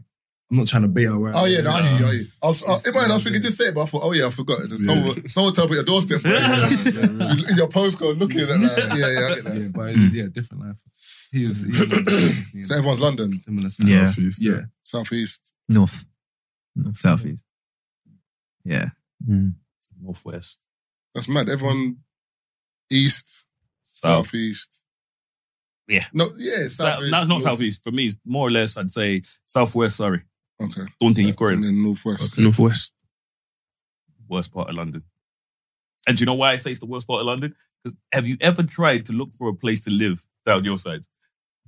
I'm not trying to bait our way.
Oh yeah, no, I hear you. I
<laughs>
hear you. I was, uh,
It's-
in my head, I was thinking just say it, but I thought, oh yeah, I forgot. it. Someone, someone tell me your doorstep.
<laughs>
You- Your postcode, looking at that. Yeah, yeah, I get that.
Yeah, but it's- yeah, different life. He's, he's he's-
So everyone's London,
similar stuff.
Yeah.
Southeast,
Yeah.
southeast.
North. North. Southeast. Yeah. Mm.
Northwest.
That's mad. Everyone, east,
South.
southeast.
Yeah.
No, yeah, southeast.
That's not
north.
southeast. For me, it's more or less, I'd say southwest. Sorry,
Okay.
Thornton Heath
And
Croydon,
then northwest.
Northwest.
worst part of London. And do you know why I say it's the worst part of London? Because have you ever tried to look for a place to live down your side?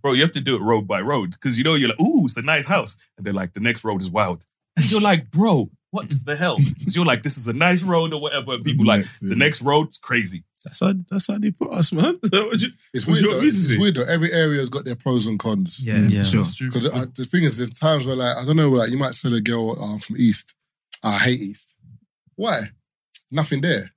Bro, you have to do it road by road because you know you're like, ooh, it's a nice house, and they're like, the next road is wild. And you're like, bro, what the hell? Because you're like, this is a nice road or whatever, and people like,
Next, yeah.
the next road's crazy.
That's how, that's how they put us, man. <laughs> What you-
It's
what
weird
you
though.
want me to
It's
say?
weird though. Every area's got their pros and cons.
Yeah. Mm, Yeah. Sure.
Because the thing is, there's times where like I don't know, like you might sell a girl um, from East. I hate East. Why? Nothing there.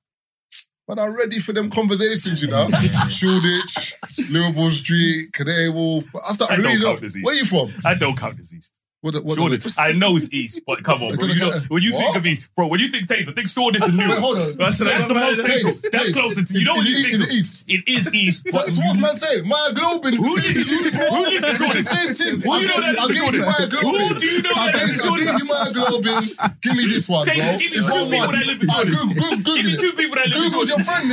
But I'm ready for them conversations, you
<laughs>
know. Shoreditch, Liverpool Street, Canary Wolf. I start
I
really
don't
love.
count as East.
Where you from?
I don't count as East.
What? The, what the-
Shoreditch. I know it's East, but come on, bro. You know, when you think of East, bro, when you think Taser, think Shoreditch and Newham.
Wait, hold on.
That's, that's the most
Hey,
central.
hey,
That's closer to you. know
is
what
it
you
East- is
think?
it East?
It is East,
So
but
it's what's man saying? My Globin.
Who did you- who- who did you join?
It's the same thing.
Who you know that
I'll
is
give you
Jordan?
my
Who
Globin.
do you know
I'll
that
give
is
I'll give
Jordan?
you my Globin. Give me this one, bro.
Take- give me
It's
two
one
people
one.
that live in
Oh,
Jordan.
Google, Google,
give me
it.
two people that live in
Google's
Shoreditch.
your friend.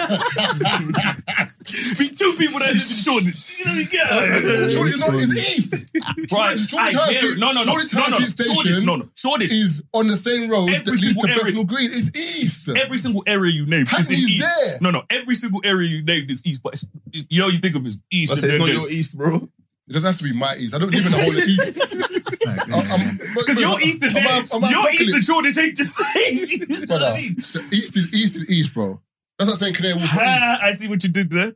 Nick.
<laughs>
Google.
Give me two people that live
<laughs>
in Shoreditch. You know what I mean? Get out of here.
Jordan, no, it's East.
Right,
Shoreditch-
I
Shoreditch High
hear
Street-
it. No, no, no,
Shoreditch
no,
High
no,
Street
Shoreditch,
Station
no, no, Shoreditch.
Is on the same road that
Every
leads to
single area-
Bethnal Green. It's East.
Every single area you named is in
Hackney's
East.
there.
No, no, every single area you named is East, but it's, you know you think of as East.
I
and
said,
then
it's not
there's-
your east, bro.
It doesn't have to be my East. I don't live in the whole of
<laughs>
East.
Because your Eastern
Am I-
day,
am I
your
broccoli?
Eastern shortage ain't the same. <laughs> You know
Brother,
what I mean?
the East is East is East, bro. That's not saying Canary Wolf from
Ah,
East.
I see what you did there.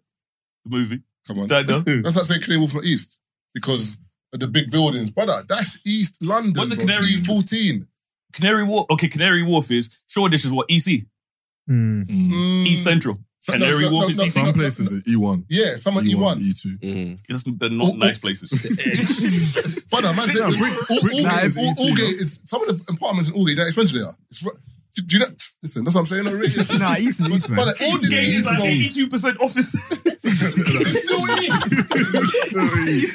The movie.
Come on.
Don't know.
That's not saying Canary Wolf from East because of the big buildings, brother. That's East London.
What's the
bro.
Canary-
It's fourteen?
Canary Wharf. Okay, Canary Wharf is Shoreditch is what EC
Mm.
Mm. East
Mm.
Central.
So- no,
Canary
so-
Wharf
no,
is
no,
EC.
no,
Some places are E1.
Yeah, someone E
E1,
one.
<laughs> E2.
Mm-hmm.
<laughs>
That's they're not
Oh,
nice
<laughs>
places.
Brother, man, said, all, all,
Bricklayers
all,
E2,
all, Allgate is some of the apartments in Allgate. They're expensive. They are. It's, ru- do, do you know? Listen, that's what I'm saying. Already.
<laughs>
Nah, East is East, man.
Brother,
All
East
game is like
bro.
eighty-two percent office.
It's still East.
<laughs> You know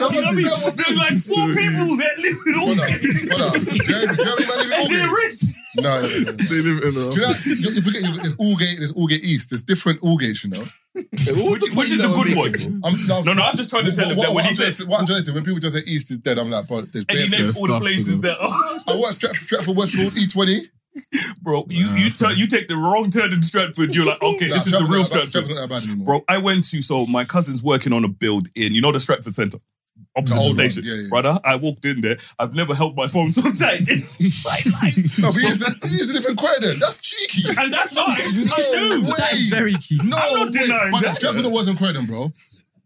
what I mean? There's like four people that live in all
Brother,
<laughs>
brother, do you know- do you know
and
anybody in
<laughs> they're
Allgate?
rich.
No, no, no, no.
They live in uh,
Do you
a.
know, you, you forget, you, there's Allgate, there's Allgate East. There's different Allgates, you know.
Which, which is the good one? <laughs>
I'm,
No, no, I'm just trying to tell him that when
I'm
he
trying
says
to- what I'm trying to when people just say East is dead, I'm like, bro, there's
and
bare
he named
there's
all the
stuff to
places
do.
that are <laughs>
I watched Stratford, Stratford E Westfield E20.
Bro, you you, turn you take the wrong turn in Stratford. You're like, okay,
Nah,
this is the
Stratford's
real
not that bad-
Stratford.
Stratford's not that bad anymore.
Bro, I went to, so my cousin's working on a build in, you know, the Stratford Centre,
The
opposite the,
old one,
station.
yeah, yeah.
Brother, I walked in there. I've never held my phone <laughs> so tight in my life.
No, but he used to, he used to live in Croydon. That's cheeky.
<laughs> and that's not,
<laughs> No
I
way. Very cheeky. No
I'm not
way.
denying
But
that.
Stratford wasn't Croydon, bro.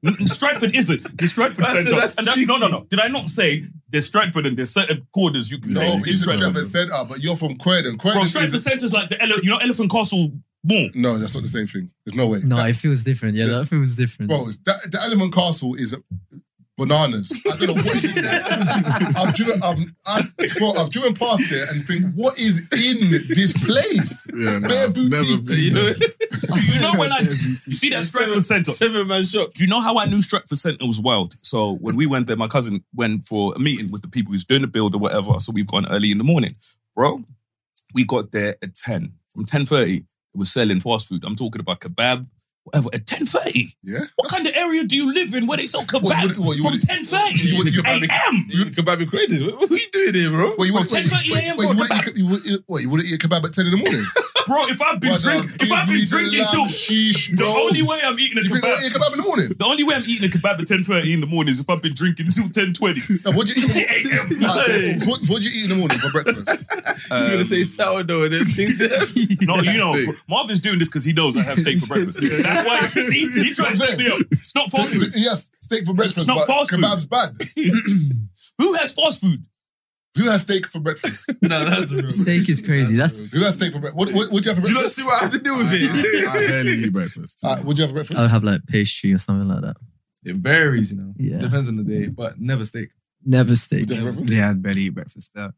do. Stratford isn't. The Stratford
That's-
Centre.
that's
and that's, no, no, no. Did I not say there's Stratford and there's certain corners you can
No,
take in
he's a
Stratford?
Stratford centre, but you're from Croydon.
Bro,
Croydon
Stratford
is...
Centre's like the, ele- you know, Elephant Castle Mall.
No, that's not the same thing. There's no way.
No,
That-
it feels different. Yeah,
Yeah.
that feels different.
Bro, that, the Element Castle is bananas. I don't know what is in there.
<laughs>
I've driven, I'm, I, bro, I've driven past there and think, what is in this place?
Yeah, nah,
Bare
I've never
boutique.
been
<laughs> You know,
You know when I, you see that Stratford Centre?
seven man shop.
Do you know how I knew Stratford Centre was wild? So when we went there, my cousin went for a meeting with the people who's doing the build or whatever. So we've gone early in the morning, bro. We got there at ten. From ten thirty, it was selling fast food. I'm talking about kebab, whatever. At ten thirty,
Yeah?
what kind of area do you live in where they sell kebab
What, you wouldn't- what, you
from
wouldn't-
ten thirty
you wouldn't kebab-
a.m.
You kebab in Croydon. What, what are you doing here, bro?
Well, you wouldn't,
From
wait,
10:30
wait,
a.m.
wait,
for
you
a <laughs>
wouldn't eat, you, would, what, uh, you wouldn't eat a kebab at 10 in the morning?
bro, if I've been drink, if I've been drinking till
sheesh,
the
bro.
only way I'm eating a
You think I
kebab,
eat a kebab in the morning?
the only way I'm eating a kebab at ten thirty in the morning is if I've been drinking till
<laughs>
ten twenty.
No, what
<laughs>
do you eat?
AM.
Alright, what, what do you eat in the morning for
<laughs>
breakfast?
He's gonna say sourdough and everything.
Um, No, you
<laughs>
know,
Big.
Marvin's doing this because he knows I have steak for
<laughs>
breakfast. That's why see, he tried to set me up. It's not fast food.
yes, steak for breakfast,
It's not
but
fast food.
kebab's bad.
Who has fast food?
Who has steak
<laughs>
for breakfast?
no, that's real.
Steak is crazy. That's
Who has steak for breakfast? What, what, what do you have for
You don't
breakfast?
see what I have to do with
I, I, I
it.
barely eat breakfast.
Uh, what do you have for breakfast?
Oh,
I'll have like pastry or something like that.
<laughs> It varies, you know.
Yeah.
Depends on the day, but never steak.
Never steak.
Would you have
Yeah, I'd barely eat breakfast though.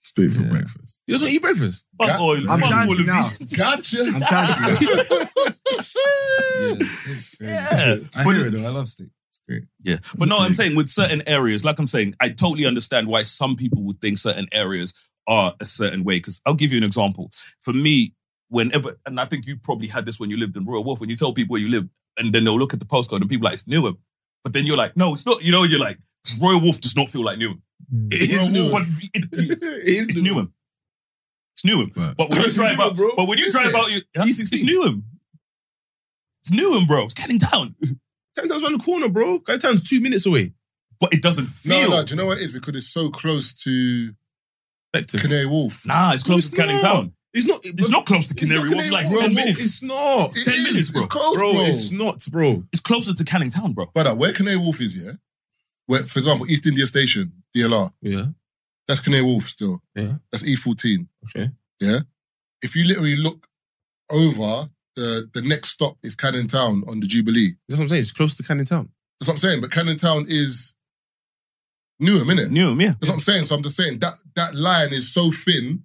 Steak for
Yeah.
breakfast.
You don't
<laughs>
eat breakfast.
Fuck
Ga-
oil.
I'm
fuck
trying
all
to
of <laughs>
now.
you.
Gotcha.
I'm trying to.
Yeah.
I hear it though. I love steak. It's great.
Yeah. But no, I'm saying with certain areas, like I'm saying, I totally understand why some people would think certain areas are a certain way. Because I'll give you an example. For me, whenever, and I think you probably had this when you lived in Royal Wolf, when you tell people where you live, and then they'll look at the postcode and people are like, it's Newham. But then you're like, no, it's not, you know, you're like, Royal Wolf does not feel like Newham. It is
Mm. Royal
Newham.
Wolf.
But it, it,
It's
<laughs> it's Newham. It's Newham.
But
But when you
It's
drive
Newham,
out,
bro.
but when you
Is
drive
it? E
out, you, huh?
E16.
it's Newham. It's Newham, bro. It's getting down.
Ten times around the corner, bro. Ten times two minutes away.
But it doesn't
<laughs> No,
feel.
no, do you know what it is? Because it's so close to
Effective.
Canary Wolf.
Nah, it's close
It's
to Canning
not.
Town.
It's not.
It's not close to Canary Wharf. It's like
Wharf.
10
Bro,
minutes. It's,
It's not.
It
10
is,
minutes, bro.
It's close, bro.
Bro, it's not, bro.
closer to Canning Town, bro.
Brother, uh, where Canary Wolf is, yeah? Where, for example, East India Station, DLR,
Yeah.
that's Canary Wolf still.
Yeah.
That's E14.
Okay.
Yeah. If you literally look over, the, the next stop is Canning Town on the Jubilee.
That's what I'm saying. It's close to Canning Town.
That's what I'm saying. But Canning Town is Newham, innit?
Newham, yeah.
That's what I'm saying. So I'm just saying that that line is so thin.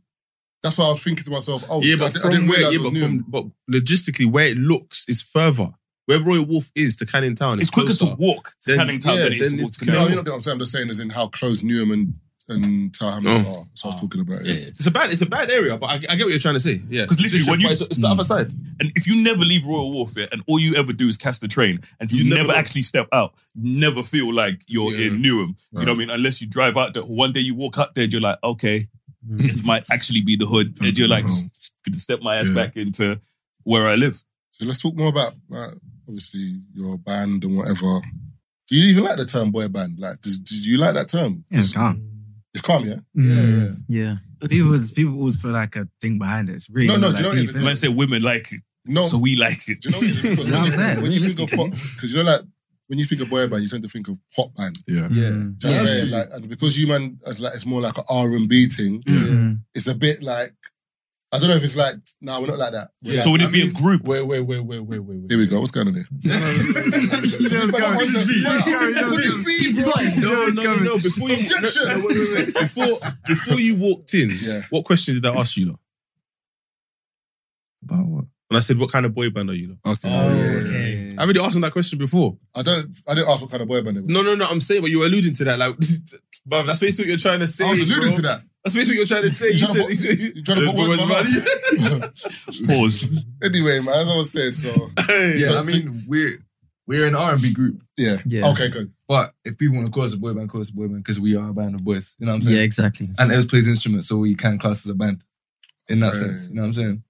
That's why I was thinking to myself, oh,
yeah,
I
but
di- I,
from
didn't
where?
realize
Yeah,
it was
but,
Newham.
from, but logistically, where it looks is further. Where Royal Wolf is to Canning Town,
It's, quicker to
closer.
walk to
Then-
Canning Town
yeah,
than it is
then
to walk
it's
to
No,
Canning
you
Town.
know what I'm saying. I'm just saying is in how close Newham and and Tower Hamlets
Oh.
are. So I was talking about it.
Yeah.
It's a bad, it's a bad area, but I, I get what you're trying to say. Yeah,
'Cause literally when you-
But it's, it's the other side.
And if you never leave Royal Warfare and all you ever do is catch the train and you,
You never
never,
know.
actually step out, you never feel like you're
Yeah.
in Newham. You know what I mean? Unless you drive out there. One day you walk out there and you're like, okay, this might actually be the hood. And you're like, just gonna step my ass
Yeah.
back into where I live.
So let's talk more about like, obviously your band and whatever. Do you even like the term boy band? Like, does, do you like that term?
Yeah, it's calm.
It's calm, yeah.
Yeah,
Yeah. People, people always put like a thing behind it. It's really
No, no, do you
not, like,
know what
deep,
it
When I say women like it,
No,
so we like it.
do you know what it
<laughs>
is? Because
That's what I'm
when you-
saying.
When you think
Realistically.
of because you know, like when you think of boy band, you tend to think of pop band.
Mm.
Yeah.
yeah.
Do you know what I'm
Yeah.
saying? Like, and because you man, it's like it's more like an R and B thing.
Mm.
it's a bit like I don't know if it's like nah, we're not like that. We're
Yeah.
like-
So would it be a group?
Wait, wait, wait, wait, wait, wait, wait.
Here we go. What's going on here?
<laughs>
But I wonder- Would it be-
No, no, no, no. Before you, no,
Objection!
no, wait, wait, wait. Before, before you walked in,
Yeah.
what question did I ask you? Lot?
About what?
And I said, "What kind of boy band are you?" Lot?
Okay.
Oh,
I already asked him that question before.
I don't. I didn't ask what kind of boy band it was.
No, no, no. I'm saying, but you were alluding to that. Like, <laughs> bruv, that's basically what you're trying to say.
I was alluding
bro.
to that.
That's basically what you're trying to say. You
You're trying to
said,
You're trying to
<laughs>
put words in my
<laughs>
Pause.
<laughs> anyway, man, as I was saying, so
Yeah.
I mean, we're we're an R and B group,
yeah.
Yeah.
Okay, good.
but if people want to call us a boy band, call us a boy band because we are a band of boys. You know what I'm
Yeah,
saying?
exactly.
And Ellis plays instruments, so we can class as a band in that
Right.
sense. You know what I'm saying?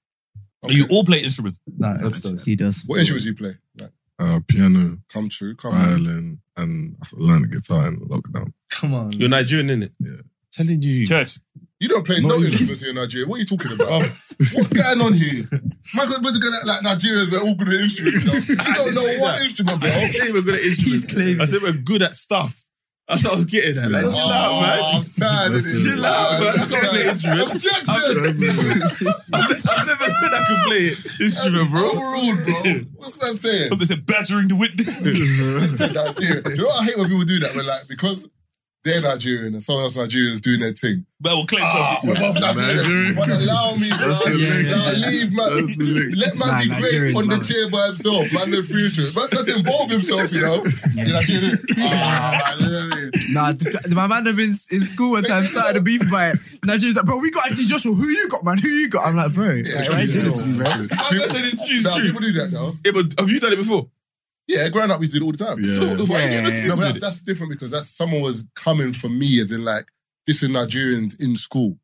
So you all play instruments.
Nah, Ellis does.
He does.
What instruments do you play? Like,
Uh, piano,
come true. Come
Um,
on.
violin, and I learned guitar in lockdown. Come <laughs> on,
You're Nigerian, innit?
Yeah.
Telling you.
Church.
You don't play no,
No, you-
instruments here in Nigeria. What are you talking about?
Oh.
What's going on here? My God, where's it going like Nigerians? We're all good at instruments. though.
<laughs>
You don't know
say
what
that.
instrument,
<laughs>
bro.
I didn't say we're good at instruments.
claiming.
I said we're good at stuff. That's what I was getting at. Like,
Yeah.
chill out, man.
Ah, I'm tired of this.
Chill out, man. I
I'm
can't play
tired.
instrument.
Objection!
<laughs> I've never said I could play it. instrument, bro.
Overruled, bro. What's that saying?
But they said badgering the witness.
That's Nigerian. You know what I hate when people do that? When like because they're Nigerian and someone else Nigerian is doing their thing.
but we'll claim
Ah,
something.
we're both Nigerian.
Nigerian.
But allow me, bro.
That's the
link.
Now leave
That's the
man.
link.
Let man
Nah,
be great
Nigerians,
on the
man.
chair by himself. Man, the future. Man can't involve himself, you know. You're Nigerian.
<laughs>
Ah, man, you know what I mean?
Nah, th- th- my man have been s- in school one time, started a beef by it. Nigerian's like, bro, we got actually Joshua. Who you got, man? Who you got? I'm like, bro,
Yeah,
like, why you do this to me, bro?
true.
I said it's true,
Nah,
true.
people do that though.
Yeah, but have you done it before?
Yeah, growing up we did it all the time.
Yeah.
So, why are you giving it to me?
No, but that's, that's different because that's someone was coming for me as in like this is Nigerians in school.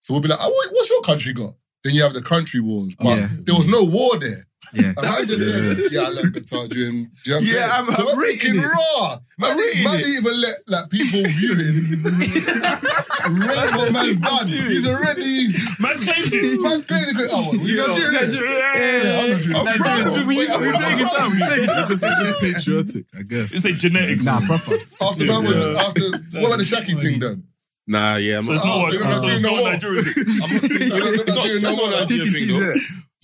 So we'll be like, oh, wait, what's your country got? Then you have the country wars, but
Yeah.
there was no war there.
Yeah.
<laughs> And I just said, yeah, I learned guitar during. Do you know what I'm
Yeah,
saying?
I'm-
so
I'm
we're
reading
thinking
it.
raw. Man,
I'm
didn't-
reading
man
it.
didn't even let like people view
<laughs>
it. Read what man's done. He's already
Man, claimed it.
man created it. Oh, we
Yeah.
Nigerian. Yeah, I'm Nigerian.
I'm proud of
Nigerians,
him.
we-
Wait,
we-
I'm
we
proud
take it
of
down,
him.
we take it down.
<laughs> It's just, it's just patriotic, I guess.
It's a genetics.
Nah, proper.
After that was
Yeah.
after what about the Shaki thing then?
Nah, yeah, I'm
So it's
not.
Oh,
not
you're not
so it's
doing
not
no
Nigerian.
You're not- you're not doing no more.
Nigerian thing, though.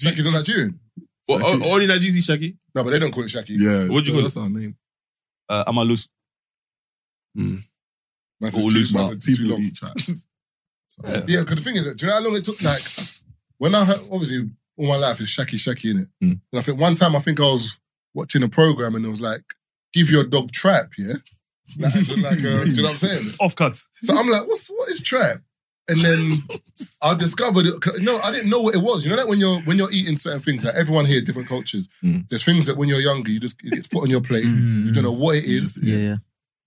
Shaki's not Nigerian.
Well, o- Only Nigerian Shaggy.
No, but they don't call it Shaki.
Yeah.
What'd you call it?
That's our name.
Uh, am I loose?
Man,
All
it's too,
loose
man,
mouth.
it's too
People
long. <laughs>
eat traps.
Yeah, because the thing is, that, do you know how long it took? Like, when I heard, obviously, all my life is shaky, shaky in it.
Mm.
And I think one time, I think I was watching a program and it was like, give your dog trap, yeah? Like, as in, like uh, do you know what I'm saying?
Off cuts.
So I'm like, what's what is trap? And then I discovered it. 'cause- No, I didn't know what it was. You know that when you're when you're eating certain things, like everyone here, different cultures.
Mm.
There's things that when you're younger, you just it gets put on your plate. You don't know what it is,
Mm. Hmm. Yeah, yeah.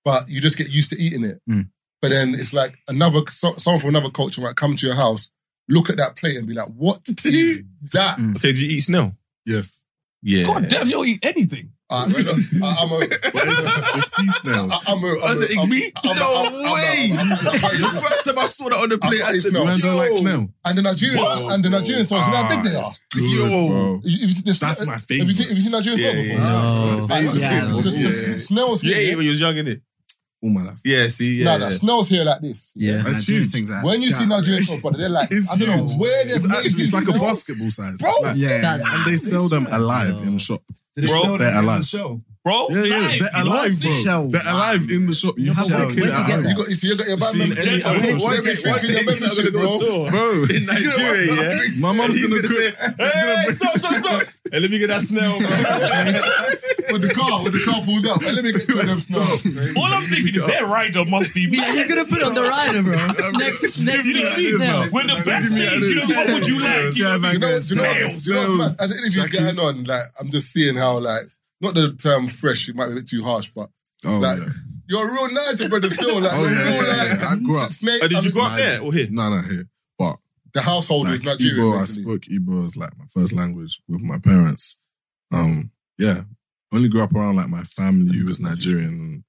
but you just get used to eating it.
Mm.
But then it's like another so, someone from another culture might come to your house, look at that plate, and be like, "What is that?"
Mm.
Say, do you eat snail?
Yes.
Yeah.
God damn, you don't eat anything.
Uh, I, I'm a,
The sea snails.
I- I'm a, I'm
Was
a,
it
I'm-
me?
I'm a- I'm a-
No way.
I'm a- I'm a-
<laughs> <laughs> The first time I saw that on the
I
plate,
thought
I
it's
said,
not.
yo,
Man don't like snail.
and the Nigerians and the Nigerian songs. You know how big they are.
Ah, Good,
Yo.
bro.
You- you've seen the-
That's my
Have you
favorite.
seen, have you seen Nigerian
Yeah,
yeah, before?
yeah, yeah.
No.
Like,
Yeah.
it's just- just
Yeah.
Snails
You
here.
ate it when you was young, innit?
All my life.
Yeah, see,
no,
yeah.
no, snails here like this.
Yeah.
That's
Nigerian
huge.
things like
When you
that.
see Nigerian snails, brother, they're like,
It's
I don't know
huge.
where they're
It's actually it's like a basketball size. It's
Bro,
like-
Yeah.
That's-
and they sell them alive
No.
in shop.
Did it
Bro,
show
they're
that in
alive.
the show?
Bro,
Yeah, yeah,
live,
they're
you know,
alive, bro.
Shells.
They're alive in the shop. You
Shells.
have to
Where'd you get
Uh-huh. You
alive.
got, you see, you got your
You've seen
Batman.
any-
I've
I've
watched
watched
everything
every-
in your membership, bro.
Bro,
In <laughs> Nigeria, yeah.
my mom's
He's
gonna
gonna say,
cook.
hey, stop, stop, <laughs> stop. Hey, let me get that snail, bro.
When the car, when the car pulls up, and let me get to them snails.
All I'm thinking is their rider must be
Yeah, he's
mad.
gonna put it on the rider, bro. next, next
You know what I
week,
mean?
yeah.
We're the best stage. You know what would you like? You know,
Yeah,
Do you
man.
know, do you know,
Snails.
do you know what's mad? As the interview's
Snails.
going on, like, I'm just seeing how, like, not the term fresh, it might be a bit too harsh, but
Oh,
like,
yeah.
you're a real Niger, brother, still. Like,
Oh,
you're a
yeah,
real,
yeah,
like,
yeah. I grew up.
snake.
Oh,
I
did you
mean,
go up there or here?
No, no, here. But
The household
like,
is Nigerian.
Igbo, I
basically.
spoke Igbo as like my first language with my parents. Um, yeah. Only grew up around like my family who was Nigerian.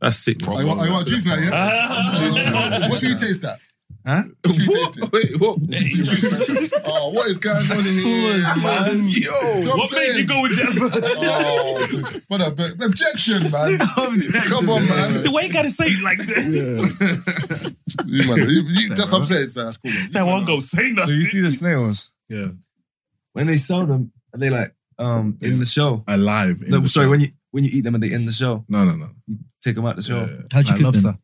That's sick, bro.
Are Oh, you, are you want juice now, yeah?
Ah.
what do you taste that?
Huh?
What do you taste
What?
it?
Wait, what?
<laughs> Oh, what is going on in here,
<laughs>
man?
Yo.
So I'm
What made
saying-
you go
<laughs>
with that?
Oh, what a bit- objection,
<laughs>
man. Come on, man.
<laughs> So why you gotta say it like that?
You, man you, you, that's what I'm saying. So that's cool. man.
That one go say
So
nothing.
you see the snails
Yeah.
when they sell them, are they like um in the show?
Alive. in
No,
the
sorry,
shop.
when you when you eat them, are they in the show?
No, no, no.
Take them out the show.
Yeah.
How'd you cook them?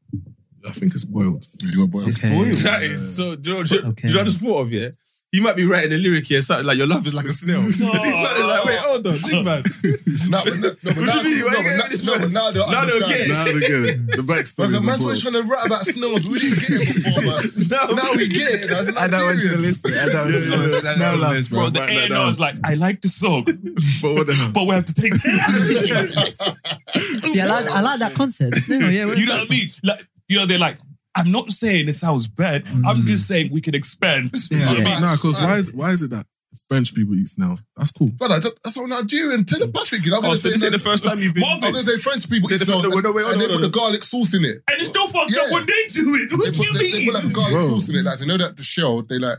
I think it's boiled.
You got boiled.
<laughs>
Okay.
That is so. Do you, know- do, you- do
Okay.
you know what I just thought of? Yeah, he might be writing a lyric here, something like "Your love is like a snail." and this man is like, "Wait, hold on, think
No,
man."
but no, no,
<laughs>
but now, no,
do you mean? Why
but
you getting
now,
this
no, but
first?
now they'll
Now they'll
understand.
get it.
Now they get it. The backstory
Because
is
the man's always
important.
trying to write about snails. We didn't get it before,
<laughs>
man.
No,
Now we get it.
<laughs>
That's
I don't want to
Nigerian.
listen. I don't want to listen.
Snail love.
Bro, the
Write that
A&R is
down.
like, I like the song,
But what the
<laughs>
hell?
but we have to take that out.
Yeah, I like, I like that concept. No, yeah,
You know what I mean? Like, you know, they're like, I'm not saying it sounds bad. I'm
Mm.
just saying we can expand.
Yeah.
No, because why is why is it that French people eat snail? That's cool.
But I don't- that's what Nigerian telepathic. You know, I'm
Oh,
gonna say
so this is the
that-
first time you've been.
What?
I'm gonna say French people
Say
eat
the-
snails
the-
and,
no, wait, hold
and they put
on, hold
the
on.
garlic sauce in it.
And it's still fucked up
Yeah.
when they do it.
They
What
put,
you
they, they
mean?
put like a garlic
Bro.
sauce in it. Like, you know that the shell, they like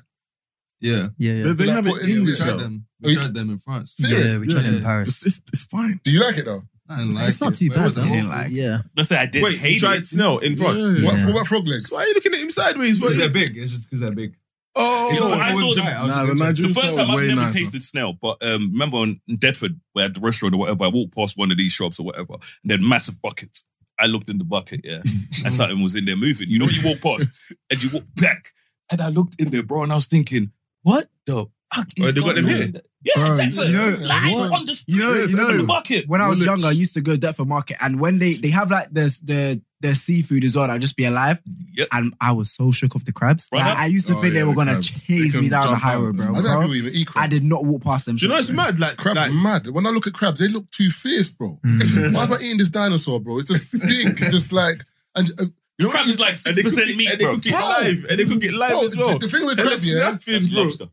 Yeah,
Yeah, yeah.
They, they
Like,
have
put
it
in
yeah,
in
we
the
with
tried
shop.
them. We
You-
tried them in France.
serious.
Yeah, we tried it in
Yeah.
Paris.
It's, it's, it's fine.
Do you like it though?
I didn't like
It's not
it.
too
Where
bad.
was
though.
it?
Yeah.
Let's say I did
Wait, he
hate
tried
it.
snail in France.
Yeah.
What,
Yeah.
what about frog legs?
Why are you looking at him sideways? Bro?
Because they're big. It's just because they're big.
Oh,
You know what? I saw them-
Nah, the Nigerian
The first
snail
time
is
I've
way
never
nicer.
tasted snail, but um, remember on, in Deptford, where at the restaurant or whatever, I walked past one of these shops or whatever, and then massive buckets. I looked in the bucket,
<laughs>
yeah, and something was in there moving. You know, when you walk past and you walk back, and I looked in there, bro, and I was thinking, what the fuck is
Oh, they got
going
them
on?
here?
Yeah,
Bro,
Deptford.
you know-
Like,
what?
on the street,
You know- you
in the
know-
bucket.
When I was
Woolwich.
younger, I used to go Deptford Market, and when they they have like the the the seafood as well, that would just be alive,
Yep.
and I was so shook off the crabs.
Right.
Like, I used to
Oh,
think
yeah,
they were
the
gonna
crabs.
chase
They
me
can
down the
jump
high
out.
road, bro.
I don't know
bro.
people even eat crab.
I did not walk past them.
Do you know
shops,
it's
bro.
mad? Like,
Crabs
like
are mad. When I look at crabs, they look too fierce, bro. Why am I eating this dinosaur, bro? It's just big. It's just like and uh, you know
Crab
what
is like
and they cook
6%
it,
meat,
and they
bro.
cook it
Bro.
live, and they cook it live
bro,
as
the,
well.
the thing with
And
crab,
it's
yeah,
snapping, bro.
Lobster.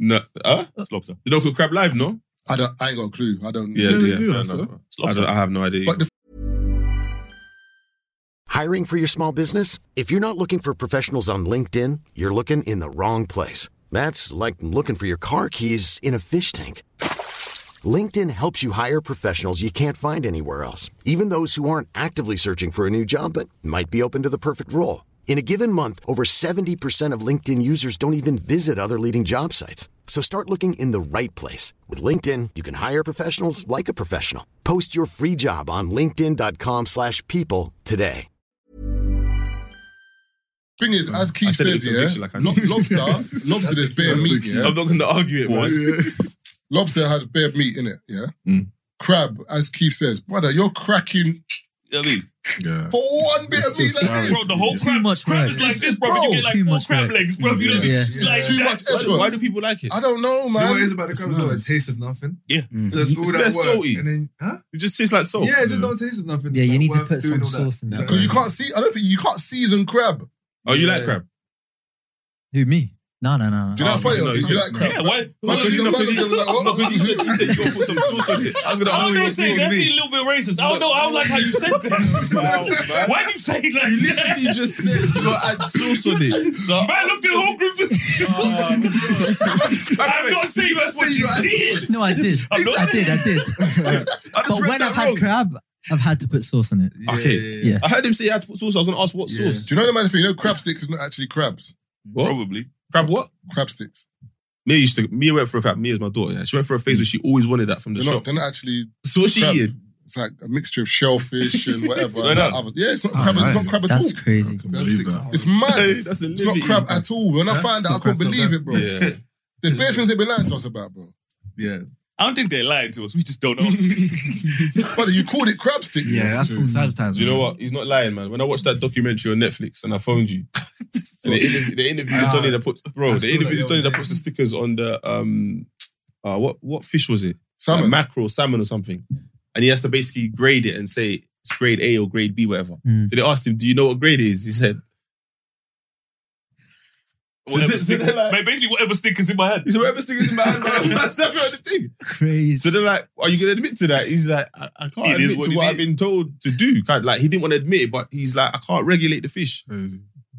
No, huh?
It's lobster.
You don't cook crab live, no?
I don't. I ain't got a clue. I don't.
Yeah,
No, they
yeah.
do,
I,
I
know,
saw.
bro. I, don't, I have no idea.
But the
Hiring for your small business? If you're not looking for professionals on LinkedIn, you're looking in the wrong place. That's like looking for your car keys in a fish tank. LinkedIn helps you hire professionals you can't find anywhere else, even those who aren't actively searching for a new job but might be open to the perfect role. In a given month, over 70% of LinkedIn users don't even visit other leading job sites. So start looking in the right place. With LinkedIn, you can hire professionals like a professional. Post your free job on linkedin.com/people slash people today.
thing is, as Keith
I said it
says,
with
yeah,
conviction like I
lo-
know.
lobster, lobster is bare meat. Yeah,
I'm not going to argue it, man.
lobster has bare meat in it. Yeah,
Mm.
crab, as Keith says, brother, you're cracking
You know what I mean?
Yeah.
for one bit
It's
of meat
just
like
nice.
this.
Bro, the whole
Too
crab,
much
crab
bread.
is like this, bro.
Bro,
you get like
too
four
much
crab
bread.
legs, bro. You know,
Yeah.
it's like
Too
that.
much effort.
Why do people like it?
I don't know,
See
man.
what it is about the crab as well? It tastes of nothing.
Yeah.
Mm.
So it's all
It's
that
very
work.
salty.
And then, huh?
It just tastes like salt.
Yeah, it just don't taste of nothing.
Yeah, you
Like,
need to
worth
put
doing
some
all that.
sauce in that.
Because you can't see. I don't think you can't season crab.
Oh, you
Yeah.
like crab?
Who me? No, no, no.
Do you know
Oh,
how funny
no,
it is?
no,
You like crab?
Yeah, why?
Why
why-
don't you
no,
know
because
about
he-
it? Like,
no,
what-
because you said, you said you gonna put some sauce on it. I was going to
I don't know
argue what
what saying.
sauce
That's a
means.
little bit racist. I don't know. I don't like how you said that. <laughs> Why do you say it like that?
You just said you got to add sauce on it. <laughs> So um,
Man, look at the whole group. I'm not saying that's what you did.
No, I did.
I'm not-
I did. I did.
I just
But
read
when
that
I've
wrong.
had crab, I've had to put sauce in it.
Okay.
Yeah.
I heard him say he had to put sauce. I was going to ask what sauce.
Do you know the mad thing? You know, crab sticks is not actually crabs.
What?
Probably.
Crab what?
Crab sticks.
Mia used to. Mia went for a fact. Mia's my daughter. Yeah, she went for a phase where she always wanted that from the
They're
shop.
not, they're not actually
So what she
crab.
eating?
It's like a mixture of shellfish and <laughs> whatever.
Right
and
on.
other- yeah, it's not crab. It's not crab at all.
That's crazy.
Can believe
sticks
that.
are-
It's mad.
That's <laughs> a
It's not crab at all. When I
Huh?
find
It's
that, I
not
can't
crab, it's not
believe
crab.
it, bro.
Yeah.
There's bare things they've been lying to us about, bro.
Yeah.
I don't think they're lying to us. We just <laughs> don't know.
<laughs>
But you called it crab stick.
Yeah, that's full side
Do you know what? He's not lying, man. When I watched that documentary on Netflix and I phoned <laughs> you, the, interview, the interview with
Ah.
Donny that puts
I
bro, the
saw
interview
that,
with Donny
yeah.
that puts the stickers on the um, uh, what what fish was it? Like
Salmon.
mackerel, salmon, or something. And he has to basically grade it and say it's grade A or grade B, whatever.
Mm.
So they asked him, "Do you know what grade it is?" He said,
Whatever
So they're
stick-
like-
man, basically, whatever sticker's in my hand.
"He said whatever stickers in my hand, man." That's the thing. So
Crazy.
they're like, "Are you going to admit to that?" He's like, "I, I can't
It is
admit
what
to
it
what I've
is.
been told to do." Kind of like he didn't want to admit it, but he's like, "I can't regulate the fish."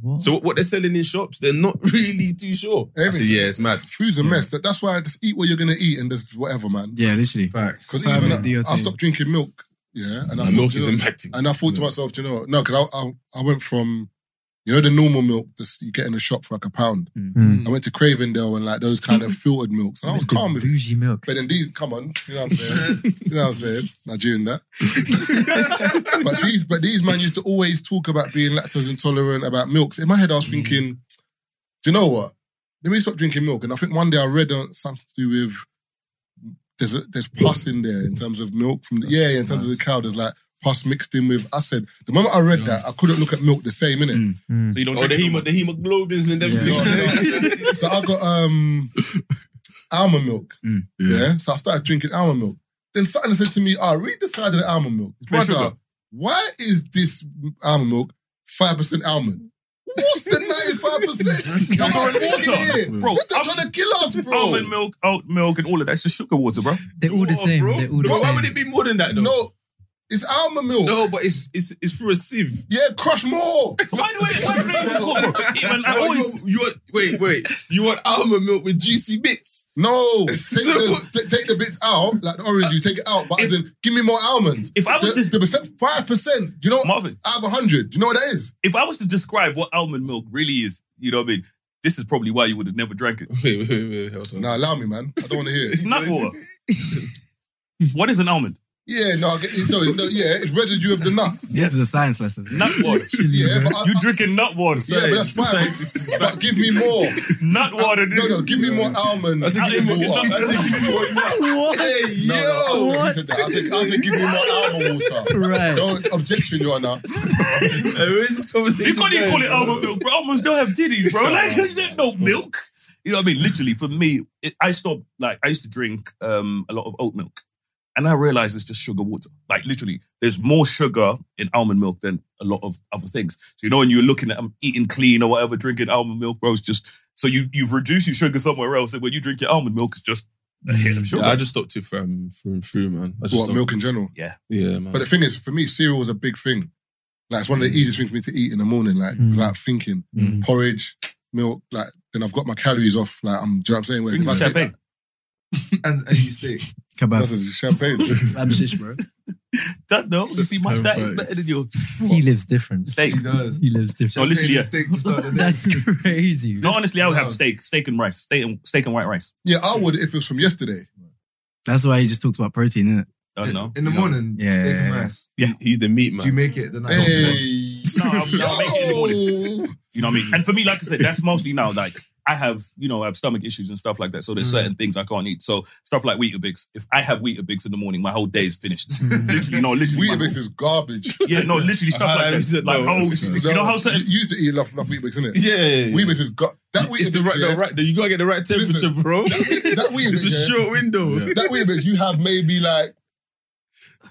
What?
So what- what they're selling in shops, they're not <laughs> really too sure. I said,
Everything.
yeah, it's mad.
Food's a mess. That- That's why I just eat what you're gonna eat and just whatever, man.
Yeah, literally.
Facts.
Because
Family,
even
do your
I, I
thing.
stopped drinking milk. Yeah, and I
Nah,
thought,
milk
you
is
know-
a mad thing.
And I thought to myself, do you know, what? no, because I, I I went from, you know, the normal milk that you get in the shop for like a pound.
Mm.
I went to Cravendale and like those kind of filtered milks, and I was Oh, calm with it.
bougie
<laughs>
milk.
But then these, come on, you know what I'm saying? you know what I'm saying? Nigerian that.
<laughs>
but these, but these man used to always talk about being lactose intolerant about milks. In my head, I was thinking, do you know what? Let me stop drinking milk. And I think one day I read on something to do with there's a, there's pus in there in terms of milk from the, yeah, yeah, in terms of the cow. There's like pus mixed in with. I said the moment I read that, I couldn't look at milk the same innit?
So you don't
Oh, the,
drink it no
hemo,
more.
the hemoglobins and everything.
Yeah.
<laughs>
so I got um almond milk.
Mm,
Yeah.
Yeah.
So I started drinking almond milk. Then something said to me, "Ah, read the side of the almond milk,
Pure
brother.
sugar.
Why is this almond milk five percent almond?" What's the 95%?
<laughs>
Come on,
water.
here.
Bro,
What they're
I'm-
trying to kill us, bro.
Almond milk, oat milk, and all of that. It's just sugar water, bro.
They're all the
What,
same.
bro?
They're all the
Bro, why
same.
would it
<laughs>
be more than that, though?
No, it's almond milk.
No, but it's it's it's through a sieve.
Yeah, crush more.
Why do I? Why do they even call bro?
<laughs>
Even I
Bro,
always.
you, want- you want, wait, wait. You want almond milk with juicy bits? <laughs>
No, take the, t- take the bits out, like the orange, you take it out, but as in, give me more almonds.
If I was
the,
to-
the percent, 5%, do you know what?
Marvin.
Out of 100, do you know what that is?
If I was to describe what almond milk really is, you know what I mean. This is probably why you would have never drank it.
Wait, wait, wait, wait, hold on.
Nah, allow me, man. I don't want to hear
<laughs>
it.
It's nut water. what is an almond?
Yeah, no, I get, no, no, yeah, it's residue of the
<laughs>
nut.
This is a science lesson.
Nut water.
<laughs> Yeah, but I,
You drinking nut water?
yeah, but that's fine. but give me
<laughs>
more.
Nut water, dude.
No, no, give me more almond.
I said, give
<laughs>
me more.
water.
I said, give me more.
What?
Hey,
No, no, I
yo.
wouldn't have said that. I said, I said, give me more almond water.
Right.
Don't objection, you are now.
<laughs> Hey, where's this conversation
You can't even call it
going?
almond milk, bro. Almonds don't have titties, bro. Like, there's no milk. You know what I mean? Literally, for me, it, I stopped. Like, I used to drink um, a lot of oat milk, And I realized it's just sugar water. Like literally, there's more sugar in almond milk than a lot of other things. So you know, when you're looking at I'm eating clean or whatever, drinking almond milk, bro, it's just so you you've reduced your sugar somewhere else, and when you drink your almond milk, it's just a hit of sugar.
Yeah, I just stopped it from through and through, man. I just
What,
stopped-
milk in general?
Yeah, man.
But the thing is, for me, cereal was a big thing. Like it's one of the easiest things for me to eat in the morning, like without thinking.
Mm.
Porridge, milk, like then I've got my calories off. Like I'm, do you know what I'm saying? Whereas if I take
champagne.
and, and you stick.
that-
Kebab.
that's a
<laughs>
champagne.
<laughs> Kebab shish, bro.
That no, you see, my
Don't
that is
fight.
better than yours.
He lives different.
Steak.
He does.
He lives
No,
different.
literally, yeah.
Steak
<laughs>
<laughs>
to start the day.
That's crazy.
No, honestly, I would have
No.
steak, steak and rice, steak and steak and white rice.
yeah, I would if it was from yesterday.
That's why he just talked about protein, innit?
Don't Uh, know.
In the morning,
Yeah,
steak and
yeah,
rice.
Yeah,
He's the meat man.
Do you make it the night before?
Hey,
No, I'll- I'll make it in the
<laughs>
morning. You know what I mean? And for me, like I said, that's mostly now. Like I have, you know, I have stomach issues and stuff like that. So
Mm.
there's certain things I can't eat. So stuff like Weetabix. If I have Weetabix in the morning, my whole day is finished.
Mm.
<laughs> literally, no, literally. my
Weetabix is garbage.
whole- yeah, no, literally stuff
I
<laughs>
like that.
said
Like
no.
oh, it's- you know how certain.
you you used to eat enough, enough Weetabix, innit?
Yeah, yeah, yeah.
Weetabix is got that Weetabix.
it's the right,
yeah,
the right. You gotta get the right temperature,
Listen,
<laughs>
bro.
That, Wee- that Weetabix,
It's a
yeah,
short window.
<laughs> that Weetabix, you have maybe like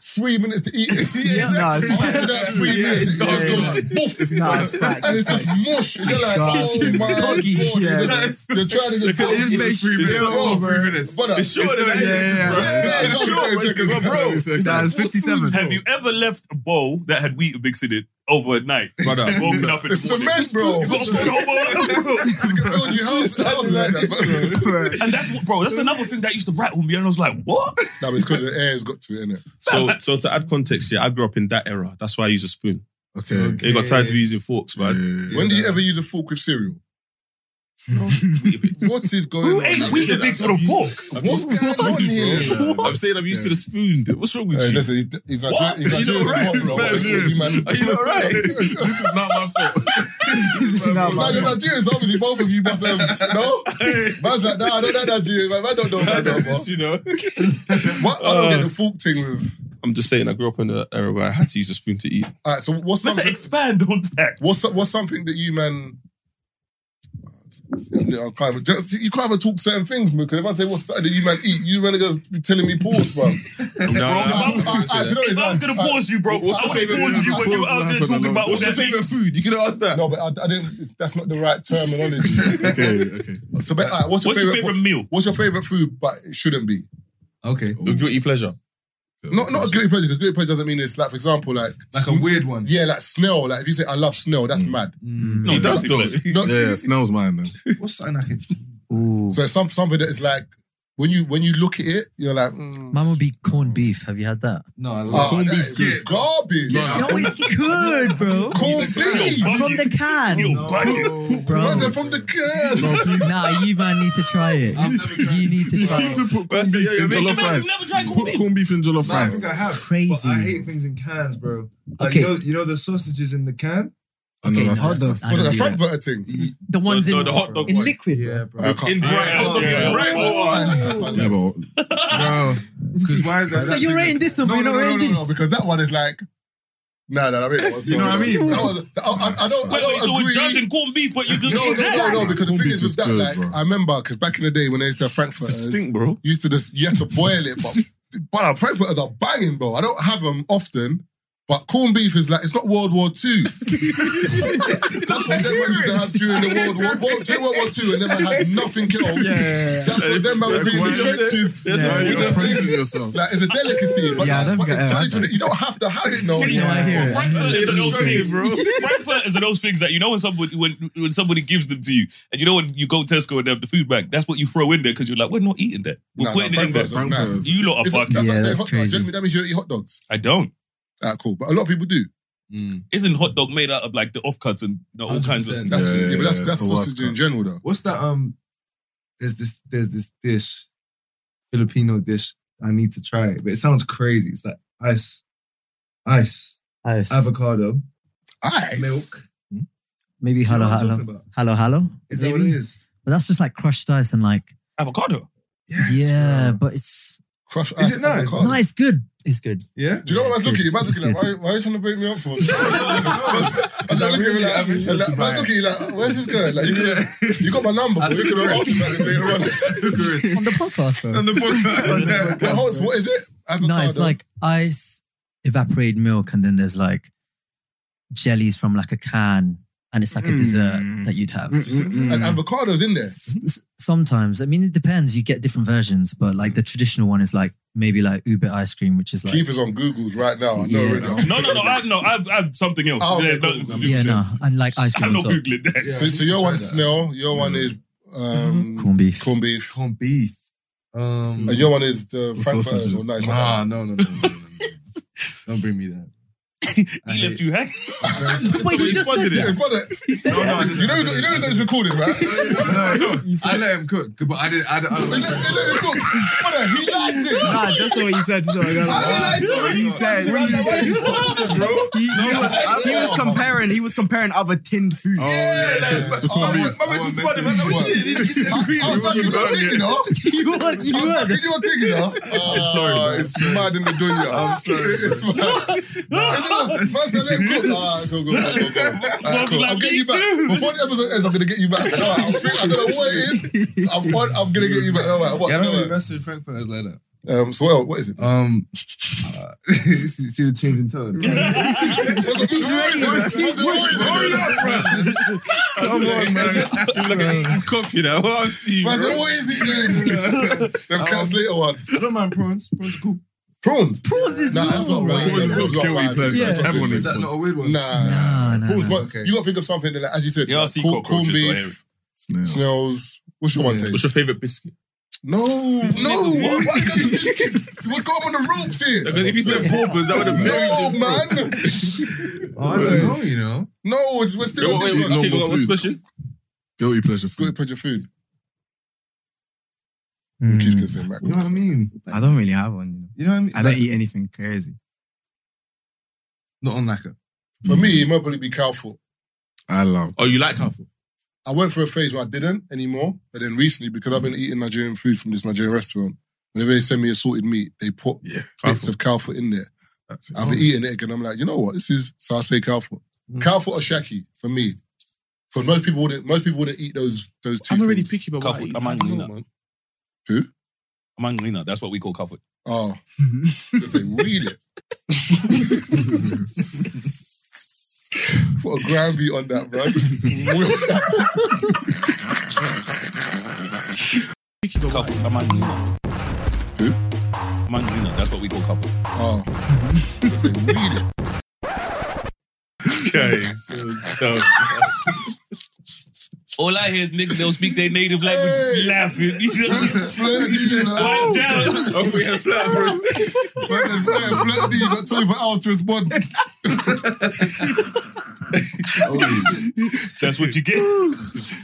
three minutes to eat. <laughs> it.
Yeah, nah, it's
After
fine.
that three
Yeah,
minutes,
it's
it just
gone.
goes boof.
It's not, it's facts,
And it's
it's
just mush. You're like,
gone.
oh
It's
my god,
soggy, yeah.
you're trying to just.
Look at
It's
this
just-
makes you
it's
feel
all
over.
three minutes. Brother,
It's shorter
it's-
than
yeah,
it is,
yeah,
bro.
yeah.
Yeah,
It's
it's
short,
short,
it's
bro.
short, bro.
It's-
Nah, it's 57.
Have you ever left a bowl that had Weetabix in it
<laughs>
overnight? <laughs>
Brother,
and woken up in
It's
the morning?
cement, bro.
You gotta put the whole bowl out.
You can build your house houses like that, bro.
And that's what, bro. That's another thing that used to rattle me, and I was like, "What?"
No, but it's because the air's got to it, innit?
<laughs>
So, so to add context, yeah, I grew up in that era. That's why I use a spoon.
Okay.
It got tired of using forks, man.
When do you ever use a fork with cereal? <laughs> what is going
Who
on?
ate Weetabix with a fork?
What's going on here?
I'm saying I'm used to the spoon. dude. What's wrong with
Hey,
you? <laughs>
listen, he- he's
What?
Nigerian. He's
Are you
Nigerian.
alright?
as well, bro.
He's Nigerian.
You man-
Are you
<laughs>
alright?
This is not my <laughs> fault.
Nah,
Now you're
man.
Nigerians, obviously both of you, but um, no, man's like, nah, I don't know Nigerian, man. I don't know, man. No, bro.
you know.
What? I don't get the fork thing with.
I'm just saying, I grew up in an era where I had to use a spoon to eat.
All right, so what's
Let's
something?
expand on that.
What's what's something that you man? I can't even, just- you can't even talk certain things, man. Because if I say what's something that you man eat, you man are gonna be telling me pause, bro.
No,
Bro, if
no,
I was-
no, no, no,
if I was gonna
no, no.
pause you, bro, I would
What's your
pause
favourite food?
you when you were out there
What's
talking about all
What's your
that.
favorite food? You could ask that.
No, but I, I didn't. it's- That's not the right terminology.
<laughs>
Okay, <laughs> okay.
So, but, all right, what's your
What's your
favorite?
favorite meal?
What's your favorite food? But it shouldn't be.
Okay.
Your guilty pleasure.
Not not a guilty pleasure because guilty pleasure doesn't mean it's like, for example, like
Like a weird one.
yeah, like snail. Like if you say I love snail, that's mad.
No,
He does
guilty
though.
pleasure.
No,
Yeah. smells mine then.
What's something I can <laughs>
Ooh.
So it's some something that is like when you when you look at it, you're like, mm,
Mine would be corned beef. Have you had that?
No, I
ah,
love
that is garbage.
No, it's good, bro.
Corn beef.
Buggy.
From the
You're
can,
bugging.
bro.
Where's it from the
<laughs>
can?
Nah, you man need to try it. You need to try it.
put corned beef in
You
jollof
man
rice.
who's never drank corned
Put
beef.
corned beef in jollof
Nah, I
rice.
think I have. But
Crazy.
I hate things in cans, bro. Like,
Okay.
you, know, you know the sausages in the can?
I know
Okay,
that's
hot dog.
the-
I
Was it
don't
a
do that.
Frankfurter thing?
The ones
No,
in
the hot dog
in
one.
liquid.
Yeah, bro.
I can't-
In
I
bright hot dog,
can't-
in bright
I can't-
<laughs> Yeah, but
Bro.
<laughs>
Because why is that?
So you're rating this one,
No,
but you're
no,
not
no, no,
rating this.
no, no, because that one is like, nah, nah, I rate it.
You know what I mean?
That was, I, I, I don't, I
Wait, wait, so
don't
we're
agree.
judging corned beef, but you just
no,
eat
no,
that?
no, no, because the
Corned
thing
beef
is with
is
that,
good,
like,
bro.
I remember, because back in the day when they used to have
it's
Frankfurters,
stink, bro.
you used to just, you have to boil it, but, but our Frankfurters are banging, bro. I don't have them often, but corned beef is like, it's not World War II. That's what them man used to have during the World War, World, during World War II, and then I had nothing else.
Yeah.
<laughs>
That's what them man were doing in the trenches.
Yeah.
With their thing.
yourself.
Like it's a delicacy, but,
Yeah, I
like,
don't
but
think
it's
I had
2020. You don't have to have it no more.
Yeah,
I hear it.
Frankfurt is
It's
an old thing,
strange, bro.
Frankfurt is an old things that you know when somebody when when somebody gives them to you, and you know when you go to Tesco and they have the food bank, that's what you throw in there because you're like, we're not eating that. We're
Nah, nah,
putting it in there.
Frankfurters are nice.
You lot are
It's-
fucking.
that's
Yeah,
like saying
that's
hot dogs.
crazy.
You know what I mean? That means you don't eat hot dogs.
I don't.
Ah, cool. But a lot of people do.
Mm.
Isn't hot dog made out of like the offcuts and you know, all kinds of?
100%.
That's,
Yeah,
yeah, but that's,
yeah,
that's
it's the worst
sausage in
cut.
general, though.
What's that? Um, there's this there's this dish, Filipino dish. I need to try it, but it sounds crazy. It's like ice, ice,
Ice.
avocado,
Ice.
milk.
Maybe
Do you
halo
know what I'm
halo.
talking about?
Halo halo.
Is that what
Maybe?
it is?
But that's just like crushed ice and like
<laughs>
avocado.
yeah,
bro. Oh.
but it's
Crush
Is it nice?
avocado.
no, it's good.
It's good.
Yeah?
Do you know what I was
It's
looking at you?
good.
I was looking like,
It's
why, why are you trying to break me up
<laughs>
for? I was like, looking at you like, I'm interested like, I was looking at you like, where's this girl? Like, you, could've-
<laughs>
you got my number. I took it off.
<laughs>
<laughs>
It's on the podcast, bro.
the podcast.
Wait, hold, what is it? Avocado.
No, it's like ice, evaporated milk, and then there's like jellies from like a can, and it's like a dessert
Mm.
that you'd have.
And
mm.
avocados in there.
S- Sometimes, I mean, it depends. You get different versions, but like the traditional one is like maybe like Uber ice cream, which is like
Keith is on Google's right now. I know
Yeah.
right now.
<laughs>
<laughs>
No, no, no. I no. I've, I've something else.
Oh, okay,
yeah,
cool.
no,
yeah, no,
<laughs>
and like ice
I'm
cream on
not
top,
googling that.
So, so your one's snail, your one is um,
corned beef.
corned beef,
Corn beef. Um,
and your one is the
With
frankfurters
sausages.
or nice. <laughs>
Ah.
nah, no, no, no, no, no, no. Don't bring me that. I
<laughs> He left
hate-
you hanging.
Wait, you
He
just
funded
said
it.
Yeah, in front of- you know, you know, it's recorded, right? You
No, no, I let him cook, but I didn't. I didn't. I
know, you
didn't
know it's recorded. Brother, He liked it.
Nah, Ah, that's not what you said. That's what I got.
I didn't like it.
He said, he, said- he was, he was comparing. He was comparing other tinned foods.
Yeah,
To corned beef.
I went to Spider Man. What you did? You did the green. I was like, you got taken off.
you would, you
I'm
would.
fucking your thing, you know? Uh,
sorry,
<laughs> It's mad in the dunya. <laughs> I'm sorry. It's mad. No, no, no. First, I let go. Ah, <laughs> go, go, go, go, go. All right, cool. I'm
like,
getting
me
you back.
too.
Before the episode ends, I'm going to get you back. All right, I'm free. I don't know what it is. <laughs> I'm, on- I'm going to get you back. All right, what?
Yeah, I don't
all
really
right.
mess with frankfurters like that.
Um, so, what- what is it?
Um, <laughs> uh, see, see the change in
<laughs>
tone. <laughs>
What's it? What's it? What's it? What's it? Hold it up, bro.
Come on,
<laughs>
man.
Look at he's copying that. What I'm seeing,
Man, I said, what is
<laughs>
it, dude?
Um,
Them cats later ones.
I don't mind prawns. Prawns are cool.
Prawns.
Prawns is
Nah, that's
normal.
not right.
Prawns is
That's
not
not
guilty
right.
pleasure.
That's not
Everyone
good.
is.
Is that not a weird one?
Ah,
Nah,
No, no,
prawns,
no.
but
Okay.
you got to think of something that, like, as you said,
<laughs> Yeah, I
like,
see
corn-
cockroaches
corned
right
beef,
here.
Snail.
snails. What's your one, Tay?
What's your favorite biscuit?
No, no. Why- why you got the biscuit? What's going on on the ropes here?
Because if you said paupers, that would have
No,
been.
man.
Oh, I don't know, you know.
No, it's, we're still on
Wait,
this
wait,
one.
okay,
Normal
what's the
food.
question?
Guilty pleasure
Good
food.
put your food.
Mm.
Keith can say mac.
Hmm. You know what I mean?
I don't really have one. You know.
You know what I mean?
I don't eat anything crazy.
Not on like a.
For me, it might probably be cow foot.
I love.
Oh, you like half?
I went through a phase where I didn't anymore, but then recently, because I've been eating Nigerian food from this Nigerian restaurant, whenever they send me assorted meat, they put
Yeah.
bits of cow foot in there.
That's it.
Oh.
I've been eating it, and I'm like, you know what? This is so I say cow foot.
Mm.
Cow foot or shaki for me. For most people, wouldn't most people wouldn't eat those those two.
I'm already
things.
picky about what I
Covered.
eat.
I'm angry now.
Who?
Manglina, that's what we call comfort.
Oh,
<laughs>
just say wheel it. Put a grand beat on that, bro.
<laughs>
Comfort, Manglina.
Who?
Manglina, that's what we call comfort.
oh, just say wheel
<laughs>
it.
<laughs>
All I hear is niggas don't speak their native language
Hey.
laughing. You just
Flirty,
Why
man. <laughs>
down.
Oh, we have flowers.
Flirty, flirty. You got 24 hours to respond.
That's what you get.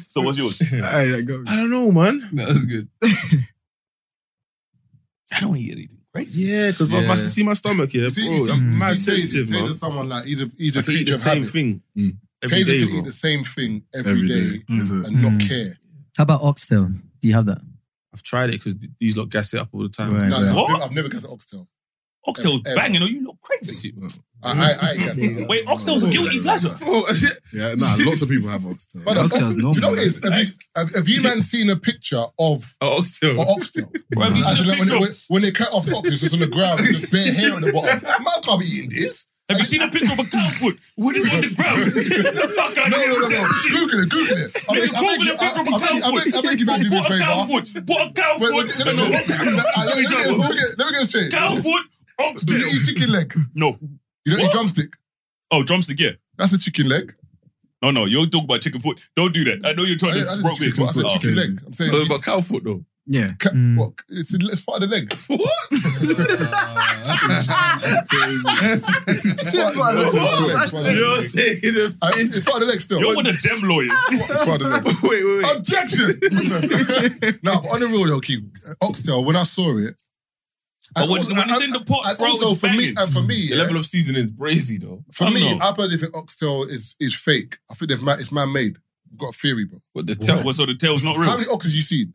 so what's yours?
Alright, like, go.
I don't know, man.
That was good.
I don't eat anything crazy.
Yeah, because
Yeah.
I see my stomach here.
You <laughs> see,
bro,
you see, you
I'm
see
mad
Taser,
sensitive,
Taser
man.
someone like he's a he's a
I can eat
creature
the
of
same
habit.
thing
Mm.
every
Taser
day,
can
bro.
eat the same thing
Every
every
day.
day,
Is it?
and not
Mm.
care.
How about oxtail? Do you
<laughs>
have that?
I've tried it because these lot gas it up all the time.
Right.
No, no, I've
What?
never- I've never got an oxtail.
Oxtail's
Ever.
banging or you look crazy.
I, I, I ain't got that.
Wait, oxtail's a guilty pleasure.
Oh, shit. Yeah, nah, lots of people have oxtail.
<laughs> But uh,
Oxtail's
do you know
normal.
what it is? Have you, have, have you man seen a picture of
Oh,
an
oxtail.
oxtail?
Bro, have you
As in,
seen a
like, when,
picture
they,
of
when, when they cut off the oxtail, it's just on the ground, with just bare hair on the bottom. Man can't be eating this.
Have you seen a picture of a cow foot? What is on the ground? Get the fuck out
No,
of here
no, no,
with
no.
that shit.
Google it, Google it. I
Nigga,
beg- I beg
Google
you-
a picture of
I- I beg- I
a
beg- I beg you,
cow
man, do me a
foot. Put a cow
favour.
foot. Put a cow
Wait,
foot
wait, let
and
me let
a
me- let me get- let me
oxtail.
get- let me get this straight.
Cow foot,
Do you
oxtail.
eat chicken leg?
No.
You don't eat
What?
drumstick?
Oh, drumstick, yeah.
That's a chicken leg.
No, no, you're talking about chicken foot. Don't do that. I know you're
I,
trying
I,
to
just
rock
chicken,
it.
foot. I said
Oh,
chicken leg. I'm saying
But, but cow foot, though.
Yeah.
ca-
Mm.
what? It's, it's part of the
<laughs>
leg. <laughs>
<laughs>
Oh,
You're taking the
I-
piss.
It's part of the leg still.
You're one of them lawyers.
It's part of the leg.
<laughs> Wait, wait,
<laughs>
wait.
Objection. no, but on the real though, Keith, Oxtail, when I saw it,
But
and
when,
also-
when it's
and-
in the pot,
and
bro,
also
it's
for me,
banging.
and for me,
The
yeah,
level of seasoning is brazy, though.
for
I don't
me,
know.
I personally think Oxtail is is fake. I think they've ma- it's man made. I've got a theory, bro.
But the tail
Well, so the tail's not
How
real.
many oxes you seen?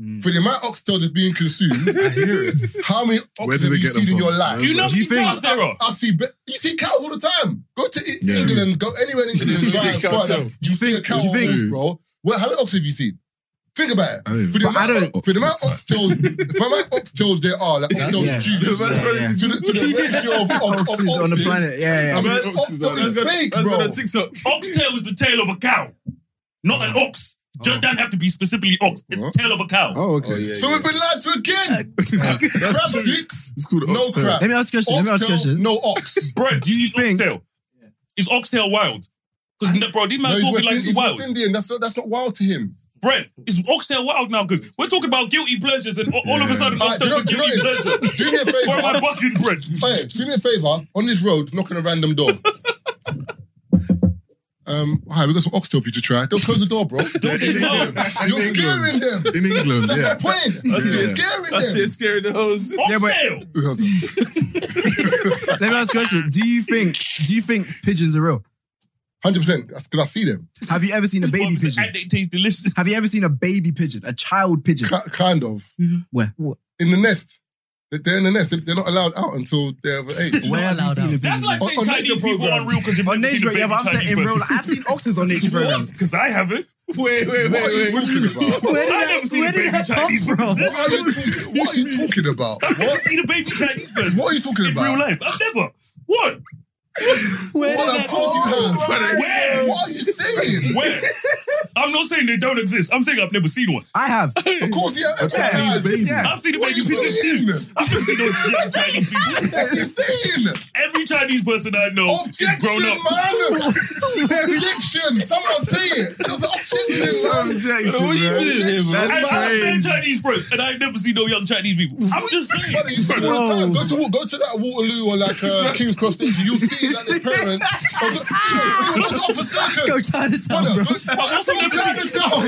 Mm. For the amount of oxtail that's being consumed, <laughs> I hear it. how many oxtails have you seen in your life?
Do you know how many cows there are?
I see. Be- you see cows all the time. Go to I- England, go anywhere in England, you, drive,
see
brother,
cows.
you see a cow
You think-
horse, bro. Well, how many oxtails have you seen? Think about it.
I mean,
For <laughs> the
but
amount,
I
of,
don't-
for the amount of oxtails, for the amount of oxtails there are, like oxtail
yeah.
stew, to
Yeah, yeah.
the to the ratio of, of, of
Oxys on the
oxes,
planet. Yeah,
I
yeah.
mean,
Man's
oxtail
oxes are-
is fake,
That's
bro.
been on TikTok.
Oxtail is the tail of a cow, not an ox. Don't don't have to be specifically ox. It's
What?
the tail of a cow.
Oh, okay. <laughs>
So we've been lied to again. <laughs> Crab sticks,
It's called
no
oxtail.
crab.
Let me ask you a question. Let me ask you a
Oxtail,
question.
no ox.
Bro, do you think oxtail? Is oxtail wild? Because bro, these man
No, he's
talking
West,
like
Ind-
it's
he's
wild.
West Indian. That's not, that's not wild to him.
Brent, is oxtail wild now? Because we're talking about guilty pleasures, and all, all of a sudden,
Alright, do you
oxtail's
know- do
a
you
guilty
know-
pleasure.
Do me a
Where am I
favor. <laughs>
fucking Brent?
hey, do me a favor. On this road, knock on a random door. Um, hi, we got some oxtail for you to try. Don't close the door, bro.
Don't they know?
You're scaring them.
In England,
That's my
yeah.
point. You're scaring
That's it,
them.
scaring the hoes.
Oxtail.
Let me ask you a question. Do you think do you think pigeons are real?
Hundred percent. Because I see them.
Have you ever seen a baby
Mums,
pigeon?
And they taste delicious.
Have you ever seen a baby pigeon? A child pigeon?
Ki- kind of
Where? Where
in the nest. They- They're in the nest. They- They're not allowed out until they're of age.
have you
allowed
seen a
out.
That's
pigeon?
like saying
On- on
Chinese
nature
people
programs.
aren't real because you've
on
never seen
nature,
a
program- yeah,
baby
but I'm
Chinese
saying in real
person.
life. I've seen oxes on
<laughs>
nature programs.
Because I haven't.
<laughs> Wait, wait,
What are you talking about?
Where
I
did
never
that,
seen
where
a baby
did that come
Chinese
from?
person.
What are you talking, what are you talking about?
I've never
What?
seen a baby
<laughs>
Chinese person.
What are you talking
in
about?
real life? I've never. What?
Where did
Well,
that
of course you have.
Where?
What are you saying? <laughs>
Where? I'm not saying they don't exist. I'm saying I've never seen one.
I
<laughs>
have.
Of course you have.
Yeah. Yeah.
I've seen a
What
baby
you saying?
pigeon too. I've never seen no giant Chinese people.
That's insane.
Every Chinese person I know is
Objection,
grown up.
man. objection. Someone say it. There's an objection, man.
What you
bro?
doing here,
And
man?
I have been Chinese friends, and I ain't never seen no young Chinese people. I'm just saying.
Brother, you see it all the time. Go to Wa- go to that Waterloo or like uh, King's Cross station. You'll see like their parents. Or go, you know, go to Oxford Circus.
Go Chinatown,
Brother,
bro.
go- go- go to Chinatown.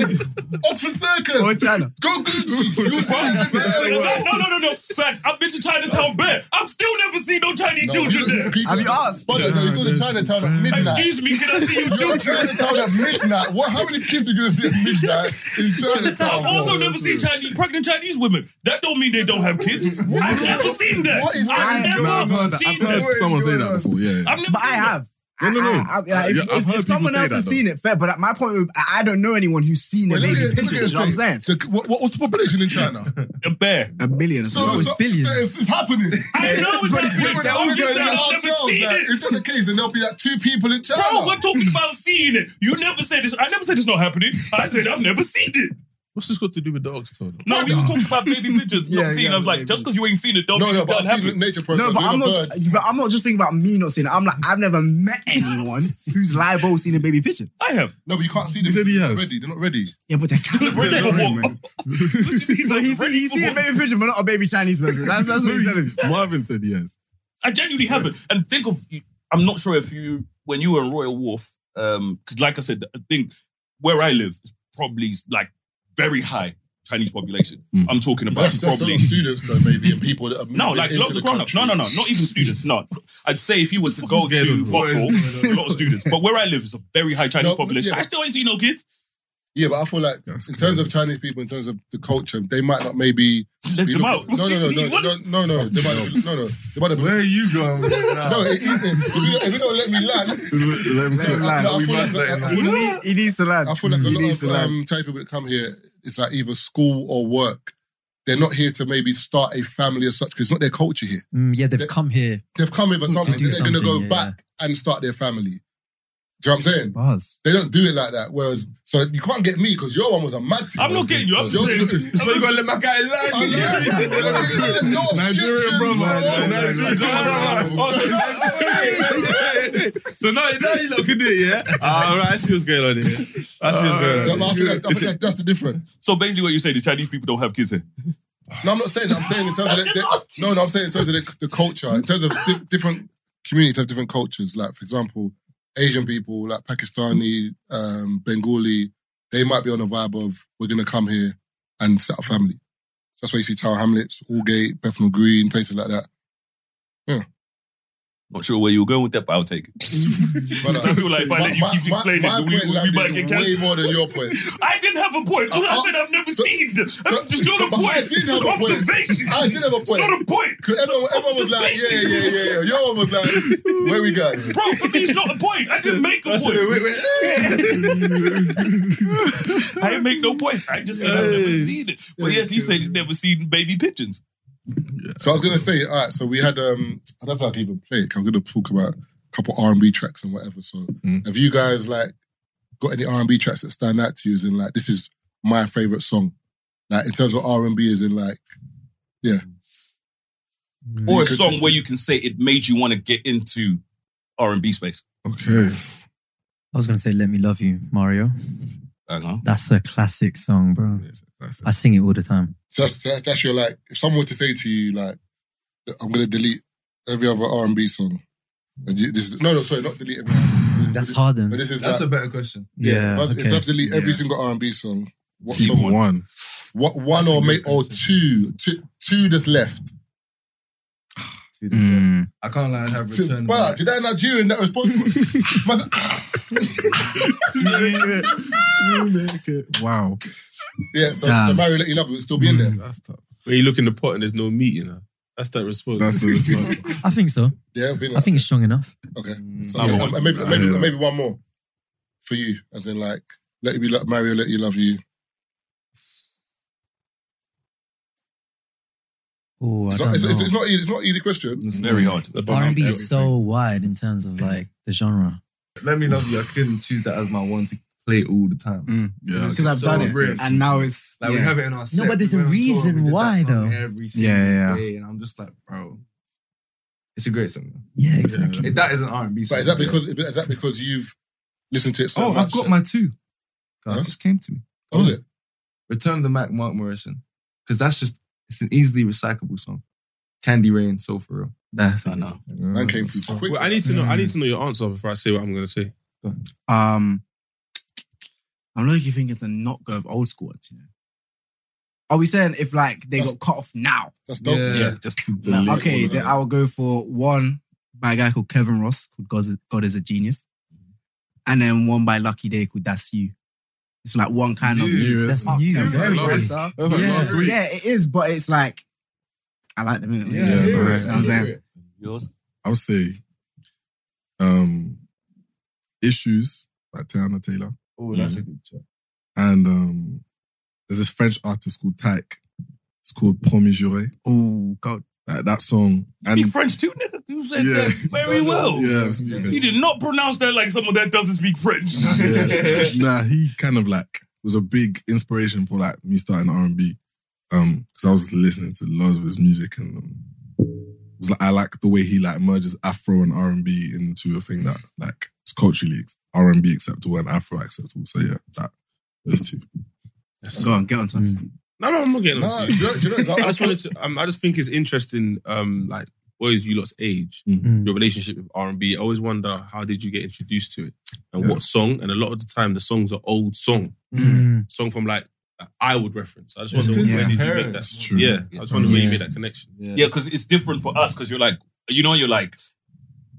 Oxford Circus.
Or China.
Go Gucci. You'll see it
No,
everywhere.
no, no, no. Facts. I've been to Chinatown Bear. I've still never seen no Chinese
No,
children
you-
there.
people-
Have you asked?
Brother, no, you go to Chinatown at midnight.
Excuse me, can I
<laughs>
see your
You're in
children?
Chinatown at midnight. What? How many kids are you gonna see at midnight in Chinatown?
I've also
bro?
never seen Chinese pregnant Chinese women. That don't mean they don't have kids. I've never seen that.
What is-
I've
I've-
never
No, I've heard that.
seen
I've
that.
heard someone say that before. Yeah.
I've never
But I
seen
have.
No, no, no.
I- I- I-
Uh,
if
yeah, I've heard
if,
people
if someone
say
else
that,
has
though.
seen it, fair. But my point, is, I I don't know anyone who's seen
Wait,
a
let me-
baby
let me
pigeon.
get
You
this
know what I'm
straight.
saying?
The- what- What's the population in China?
that. A bear.
A million.
So, so, so it's, it's happening.
I know it's
But-
happening.
but they're
I'm
all
just
going
saying
in
oh, I've never
ourselves,
seen
like,
it.
If that's the case, then there'll be like two people in China.
Bro, we're talking about seeing it. You never said this. I never said it's not happening. I said I've never seen it.
What's this got to do with the oxtail?
No, we were talking
<laughs>
about baby pigeons not
Yeah,
seen.
yeah,
I was like,
baby
just because you ain't seen it, don't
no,
mean
no,
it
but
can't
I've seen
happen.
nature programs.
No, but I'm
not.
not. But I'm not just thinking about me not seeing it. I'm like, I've
<laughs>
never met anyone who's live all seen a baby pigeon.
I
<laughs>
have.
No, but you can't see them.
He said he has.
Ready? They're not ready.
<laughs>
Yeah, but they're kind
Ready for war.
So he's
Ready
he's
for
seeing a
war.
baby pigeon, but not a baby Chinese person. That's that's what he's telling me.
Marvin said yes.
I genuinely haven't. And think of, I'm not sure if you, when you were in Royal Wharf, because like I said, I think where I live is probably like very high Chinese population.
Mm.
I'm talking about
That's, that's a lot
probably.
of students, though, maybe, and people that have
No,
moved
like
into
lots
the
of grown ups. No,
country.
no, no,
<laughs>
not even students. No, I'd say if you were to go
is going
to
on? What
Vauxhall, a lot of
<laughs>
students. But where I live is a very high Chinese
No,
population.
yeah,
I
but-
still ain't seen no kids.
Yeah, but I feel like
That's
in terms of Chinese people, in terms of the culture, they might not maybe.
Let
be
them out.
looking- No,
<laughs>
no, no, no,
What?
no, no, no. They might not. be- No, no. They might not. be-
Where are you going? with this
<laughs> No,
now?
it- it- if you don't- if you don't let me land,
Let me
No,
tell
I- no, I
you.
feel
must
like-
let him
I- I
out.
feel like-
He needs to land.
I feel like a
He
lot
needs
of
to land.
um, Chinese people that come here, it's like either school or work. They're not here to maybe start a family as such because it's not their culture here.
Mm, yeah, they've
That-
come here.
They've come here for
To
something.
do
They're going to
something,
go
yeah,
back and start their family. Do you know what I'm saying?
Buzz.
They don't do it like that. Whereas, so you can't get me because your one was a mad team.
I'm not getting you. I'm
Your-
just saying.
That's why you gotta let my guy
<laughs> I
<laughs>
land.
lied. No
Nigerian
objections,
brother.
bro.
Nigerian brother. Oh, so now-
<laughs>
oh, wait, wait, wait, wait. So now, now you look at it, yeah? All right, I see what's going on here. I see what's
So I
going on.
feel like- I
Listen.
feel like that's the difference.
So basically, what you say, the Chinese people don't have kids here.
No, I'm not saying. that. I'm saying in <laughs> terms of the, the, no, no, I'm saying in terms of the, the culture, in terms of di- different communities have different cultures. Like for example, Asian people, like Pakistani, um, Bengali, they might be on a vibe of we're gonna come here and set up family.
<laughs>
So that's why you see Tower Hamlets, Allgate, Bethnal Green, places like that.
Not sure where you were going with that, but I'll take
<laughs>
it. Some people like find that you
my-
keep
my-
explaining.
my
it,
point
we, we, we
landed
might
way
get cancelled.
more than your
<laughs>
point.
I didn't have a point. All
Uh-uh.
I said I've never
So-
seen this. I'm just not
so-
a
but I
point.
did
It's
have a
an
point.
observation.
I did have a point.
It's not a point.
Because everyone, everyone was
<laughs>
like, yeah, yeah, yeah, yeah. Your one was like, where we going?
Bro, for me, it's not a point. I didn't make a point. I didn't make no point. I just said I've never seen it. But yes, he said he's never seen baby pigeons.
So I was gonna say, all right. So we had, um, I don't know if I can even play it. i I'm gonna talk about a couple R and B tracks and whatever. So have you guys like got any R and B tracks that stand out to you? As in, like, this is my favorite song. Like in terms of R and B, as in, like, Oh.
Or a song where you can say it made you want to get into R&B space.
Okay.
I was gonna say "Let Me Love You," Mario.
I don't know.
That's a classic song, bro. I sing it all the time.
so that's, that- that's your like. If someone were to say to you, like, I'm gonna delete every other R and B song, and you, this is, no, no, sorry, not delete every.
That's harder.
But this is
That's
like,
a better question.
yeah.
Yeah.
if I- If I
okay.
delete every single R and B song, what
Keep
song?
one.
What one or make or two, two, two that's left.
Two days left.
Mm.
I can't lie, I have
<laughs> To-
returned.
Bruh,
my-
did that Nigerian that response was? <laughs> Man's like, <laughs>
Wow.
"Ah." yeah, so, so
Damn.
Mario let you love it, would still be in there.
That's tough.
Where you look in the pot and there's no meat, you know. That's that response.
That's the response.
<laughs>
I think so.
Yeah, been
I think it's strong enough.
okay.
Mm.
So,
Number
yeah,
one.
and maybe
I
maybe,
hear that.
maybe one more for you, as in like let you be like Mario, let you love you.
Oh, I
It's
don't
not, it's, it's, it's
know.
not easy, it's not an easy question.
It's very hard.
R&B is so wide in terms of like the genre.
Let me love you. I couldn't choose that as my one to play all the time.
Yeah.
It's
Mm. Because I've
so
done it,
rare.
and now it's
Like we
yeah.
have it in our set.
but there's
We
a
went on tour, we
reason
did that
why,
song
though.
Every single
Yeah, yeah, yeah.
day, and I'm just like, bro, it's a great song.
Yeah, exactly.
If that is an R&B song.
But is that because is that because you've listened to it so
Oh,
much?
I've got my two. God,
Huh?
it just came to me.
That was it?
Return of the Mac, Mark Morrison, because that's just it's an easily recyclable song. Candy Rain, so for real.
That's
I know.
Man Mm. came through quick.
Wait, Oh, I need to know. I
Mm.
need to know your answer before I say what I'm going to say.
Um, I'm looking thinking to not go with old school ones. You know, are we saying if like they
That's-
got cut off now?
That's dope.
Yeah.
Yeah, just
Yeah.
Okay, then I will go for one by a guy called Kevin Ross called God is, God is a Genius,
Mm-hmm.
and then one by Lucky Day called That's You. It's like one kind of
New
That's
up
new.
tempo
Very
kind of
nice.
stuff.
That was like
Yeah.
last week.
Yeah, it is, but it's like I like the minute.
Yeah,
yeah,
you know
yeah.
what I'm saying.
yours.
I would say um issues like Tiana Taylor.
Oh, that's a good job.
And um there's this French artist called Tyke. It's called Promis Juré.
Oh God,
Like that song.
Speak
And
French too, nigga. You said
Yeah.
that very well.
yeah, I'm speaking.
You did not pronounce that like someone that doesn't speak French. <laughs>
Yeah. nah, he kind of like was a big inspiration for like me starting R and B, um, because I was listening to loads of his music and um, it was like I like the way he like merges Afro and R and B into a thing that like is culturally R and B acceptable and Afro acceptable. So yeah, that those two.
go on, get on something.
No, no, I'm not getting.
Nah,
on
do
to
you
you.
know, do you know, it's like-
I just wanted to. Um, I just think it's interesting. Um, like boys, you lot's age,
Mhm.
your relationship with R and B. I always wonder how did you get introduced to it and
Yeah.
what song. And a lot of the time, the songs are old song,
Mm.
song from like I would reference. I just
It's
wonder
because
where
it's
did you make
parents.
that.
It's true.
Yeah, I just wonder where you
Yeah.
made that connection.
Yeah, because it's different for us. Because you're like, you know, you're like,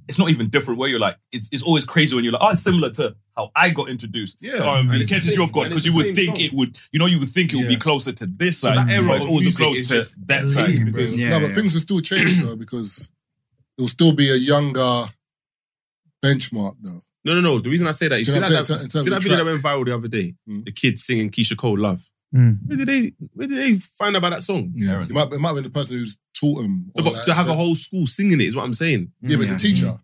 it's not even different. Where you're like, it's, it's always crazy when you're like, oh, it's similar to how I got introduced
Yeah.
to R&B.
And
It
it's
catches
the
you
same-
off guard
and
because
it's
you
the
would
same
think
song.
it would, you know, you would think it would
Yeah.
be closer to this
that
side,
era
but it's
of
always
music
close
is
to
just
that
elite,
side.
bro.
Yeah,
no, but
yeah.
things will still change though because it'll still be a younger benchmark though.
No, no, no. The reason I say that is
Do you
see
know
that,
what I'm
that,
saying? In terms- in terms
see
of
that video that
track.
went viral the other day.
Mm.
The kids singing Keisha Cole "Love."
Mm.
Where did they? Where did they find about that song?
Yeah.
It might, it might have been the person who's taught him.
No,
or
but
like
to have
to-
a whole school singing it is what I'm saying.
yeah, but it's a teacher.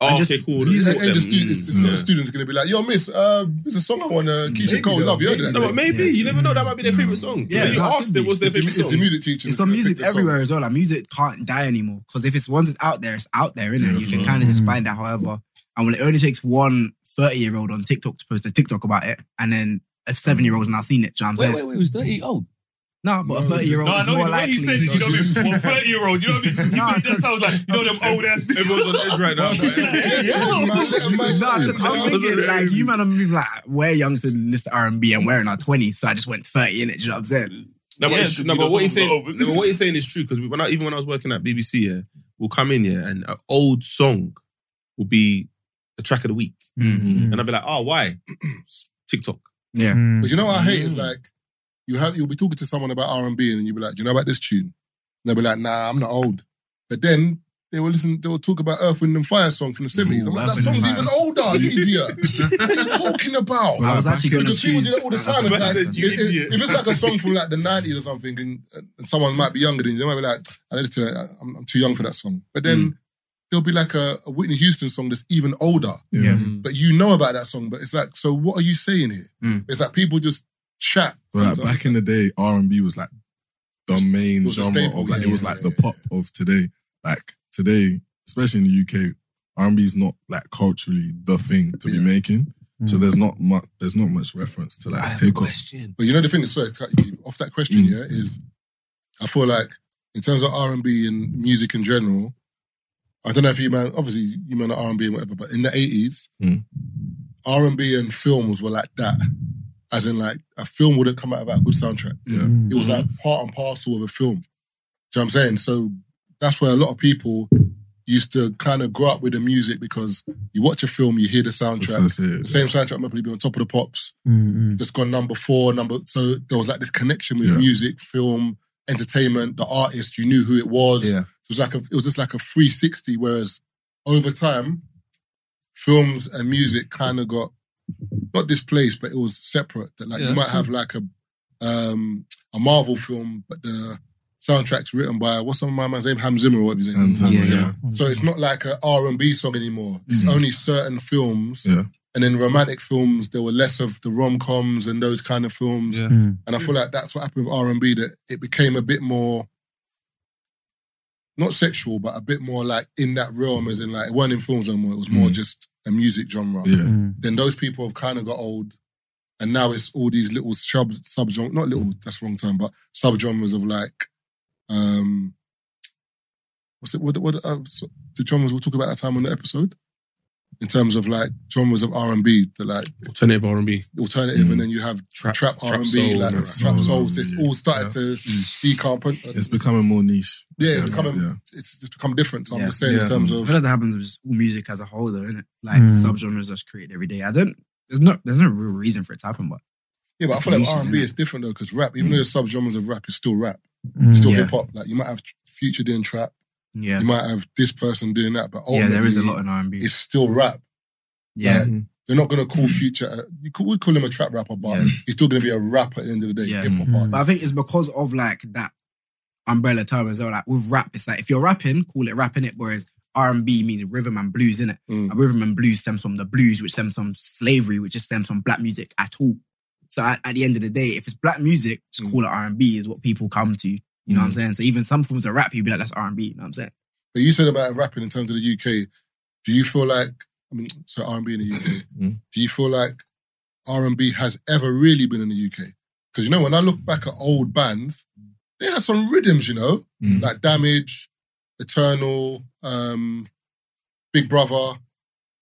Oh,
just-
okay, cool.
He's-
Support
and the,
them.
stu- it's-
Mm.
it's- the student's going to be like, yo, miss, uh, there's a song I want to Keisha
Maybe
Cole
though.
love. You heard
Maybe.
that?
No,
song? Hmm.
but maybe you never know. That might be their favorite song. Yeah,
Yeah,
you
that
asked
could
them
be.
what's their
it's, the, it's
favorite
the
song.
music teacher.
it's got
that's gonna
music
pick the song.
everywhere as well. Like music can't die anymore because if it's once it's out there, it's out there, innit? you can kind of
Mm-hmm.
just find out however. And when it only takes one 30 year old on TikTok to post a TikTok about it, and then a seven year old's now seen it, do you know what I'm
Wait,
saying?
wait, wait, it was 30 old.
No, but a
No,
30 year old
No, I
is
know
more
the way
likely.
he said it, you know what I
<laughs>
No,
mean? Well, 30 year old, you know what I mean? He
Nah,
said that sounds like, you know, them old ass people.
Everyone's on edge
<laughs>
right now.
Yeah, man, let him man
Nah, 'cause
do it.
I'm thinking like you man are moving like we're young to listen to R and B and we're in our 20s, so I just went to 30 in it. Do you know what I'm saying?
No, but,
Yeah,
it's,
because
no,
we
but
know
what
someone's
he's saying,
not over.
no, but what he's saying is true because when I, even when I was working at BBC, yeah,
will come in here and an old song will be the track of the week.
Mhm.
Mm.
Mm.
And I'll be like, oh, why? TikTok.
Yeah.
But you know what I hate is
Mm.
like you have you'll be talking to someone about R and B and you'll be like, Do you know about this tune? And they'll be like, Nah, I'm not old. But then they will listen, they will talk about Earth, Wind and Fire song from the 70s. I'm like,
Earth,
that
Wind
song's
and Fire."
even older, you
<laughs>
idiot. what are you talking about?
I was actually going to
Because people
choose.
do that all the time. It's like, if, if- if it's like a song from like the 90s or something and, and someone might be younger than you, they might be like, I need to, I'm, I'm too young for that song. But then
Mm.
there'll be like a, a Whitney Houston song that's even older.
Yeah.
But you know about that song, but it's like, so what are you saying here?
Mm.
It's like people just chat.
But like
sometimes.
back in the day, R and B was like the main
was a
genre
staple,
of like
yeah,
it was
yeah,
like
yeah,
the pop of today. Like today, especially in the UK, R and B is not like culturally the thing to
Yeah.
be making. So
Mm.
there's not much there's not much reference to like take off.
But you know the thing is, sorry, to cut you off that question,
Mm.
yeah, is I feel like in terms of R and B and music in general, I don't know if you man, obviously you man R and B and whatever, but in the eighties,
Mm.
R and B and films were like that. As in, like a film wouldn't come out without a good soundtrack.
Mm.
It was like part and parcel of a film. Do you know what I'm saying? So that's where a lot of people used to kind of grow up with the music because you watch a film, you hear the soundtrack.
Associated.
The same soundtrack might be on top of the pops
Mm-hmm.
just gone number four, number so there was like this connection with
Yeah.
music, film, entertainment, the artist. You knew who it was.
Yeah.
It was like a, it was just like a three sixty. Whereas over time, films and music kind of got not displaced, but it was separate. That like
Yeah,
you might
that's
have like a um a Marvel film, but the soundtrack's written by what's some of my man's name Ham Zimmer or whatever his name.
And
is.
Sandra,
yeah.
yeah.
So it's not like an R and B song anymore. It's
Mhm.
only certain films,
Yeah.
and in romantic films there were less of the rom coms and those kind of films.
Yeah.
Mm.
And I feel like that's what happened with R and B that it became a bit more, not sexual, but a bit more like in that realm, as in like it weren't in films anymore. It was more
Mhm.
just a music genre.
Yeah.
Mm.
Then those people have kind of got old, and now it's all these little sub sub not little that's the wrong term, but sub genres of like, um, what's it? What what uh, so the genres we'll talk about that time on the episode? In terms of like genres of R and B, that like
Alternative R&B.
alternative,
Mhm.
and then you have
Trap,
trap R and B, like
trap
trap
soul,
souls. It's
yeah.
all started to decompose.
It's becoming more niche.
yeah, it's
Yeah,
becoming
yeah.
it's just become different. So I'm
Yeah.
just saying
Yeah.
in terms
I
of
feel like that happens with all music as a whole, though, isn't it? Like
Mm.
subgenres that's created every day. I don't. There's no. There's no real reason for it to happen, but
yeah, but I
It's
feel like
niches,
R and B
innit?
is different though because rap, even though the sub genres of rap is still rap,
Mm.
it's still
Yeah.
hip hop. Like you might have Future doing trap,
yeah,
you might have this person doing that, but
yeah,
ultimately
there is a lot in R and B.
It's still rap.
Yeah,
Like, they're not gonna call Future. A, you could, would call him a trap rapper, but
Mm. Yeah.
he's still gonna be a rapper at the end of the day.
Yeah.
Hip hop
Mm.
artist.
but I think it's because of like that umbrella term as well. Like with rap, it's like if you're rapping, call it rapping it. Whereas R and B means rhythm and blues, innit?
Mm.
And rhythm and blues stems from the blues, which stems from slavery, which just stems from black music at all. So at, at the end of the day, if it's black music, just
Hmm.
call it R and B is what people come to. You know what I'm saying? So even some forms of rap, you'd be like, that's R and B. You know what I'm saying?
But you said about rapping in terms of the UK. Do you feel like I mean, so R and B in the UK?
Mm.
Do you feel like R and B has ever really been in the UK? Because you know, when I look back at old bands, they had some rhythms, you know,
Mm.
like Damage, Eternal, um, Big Brother.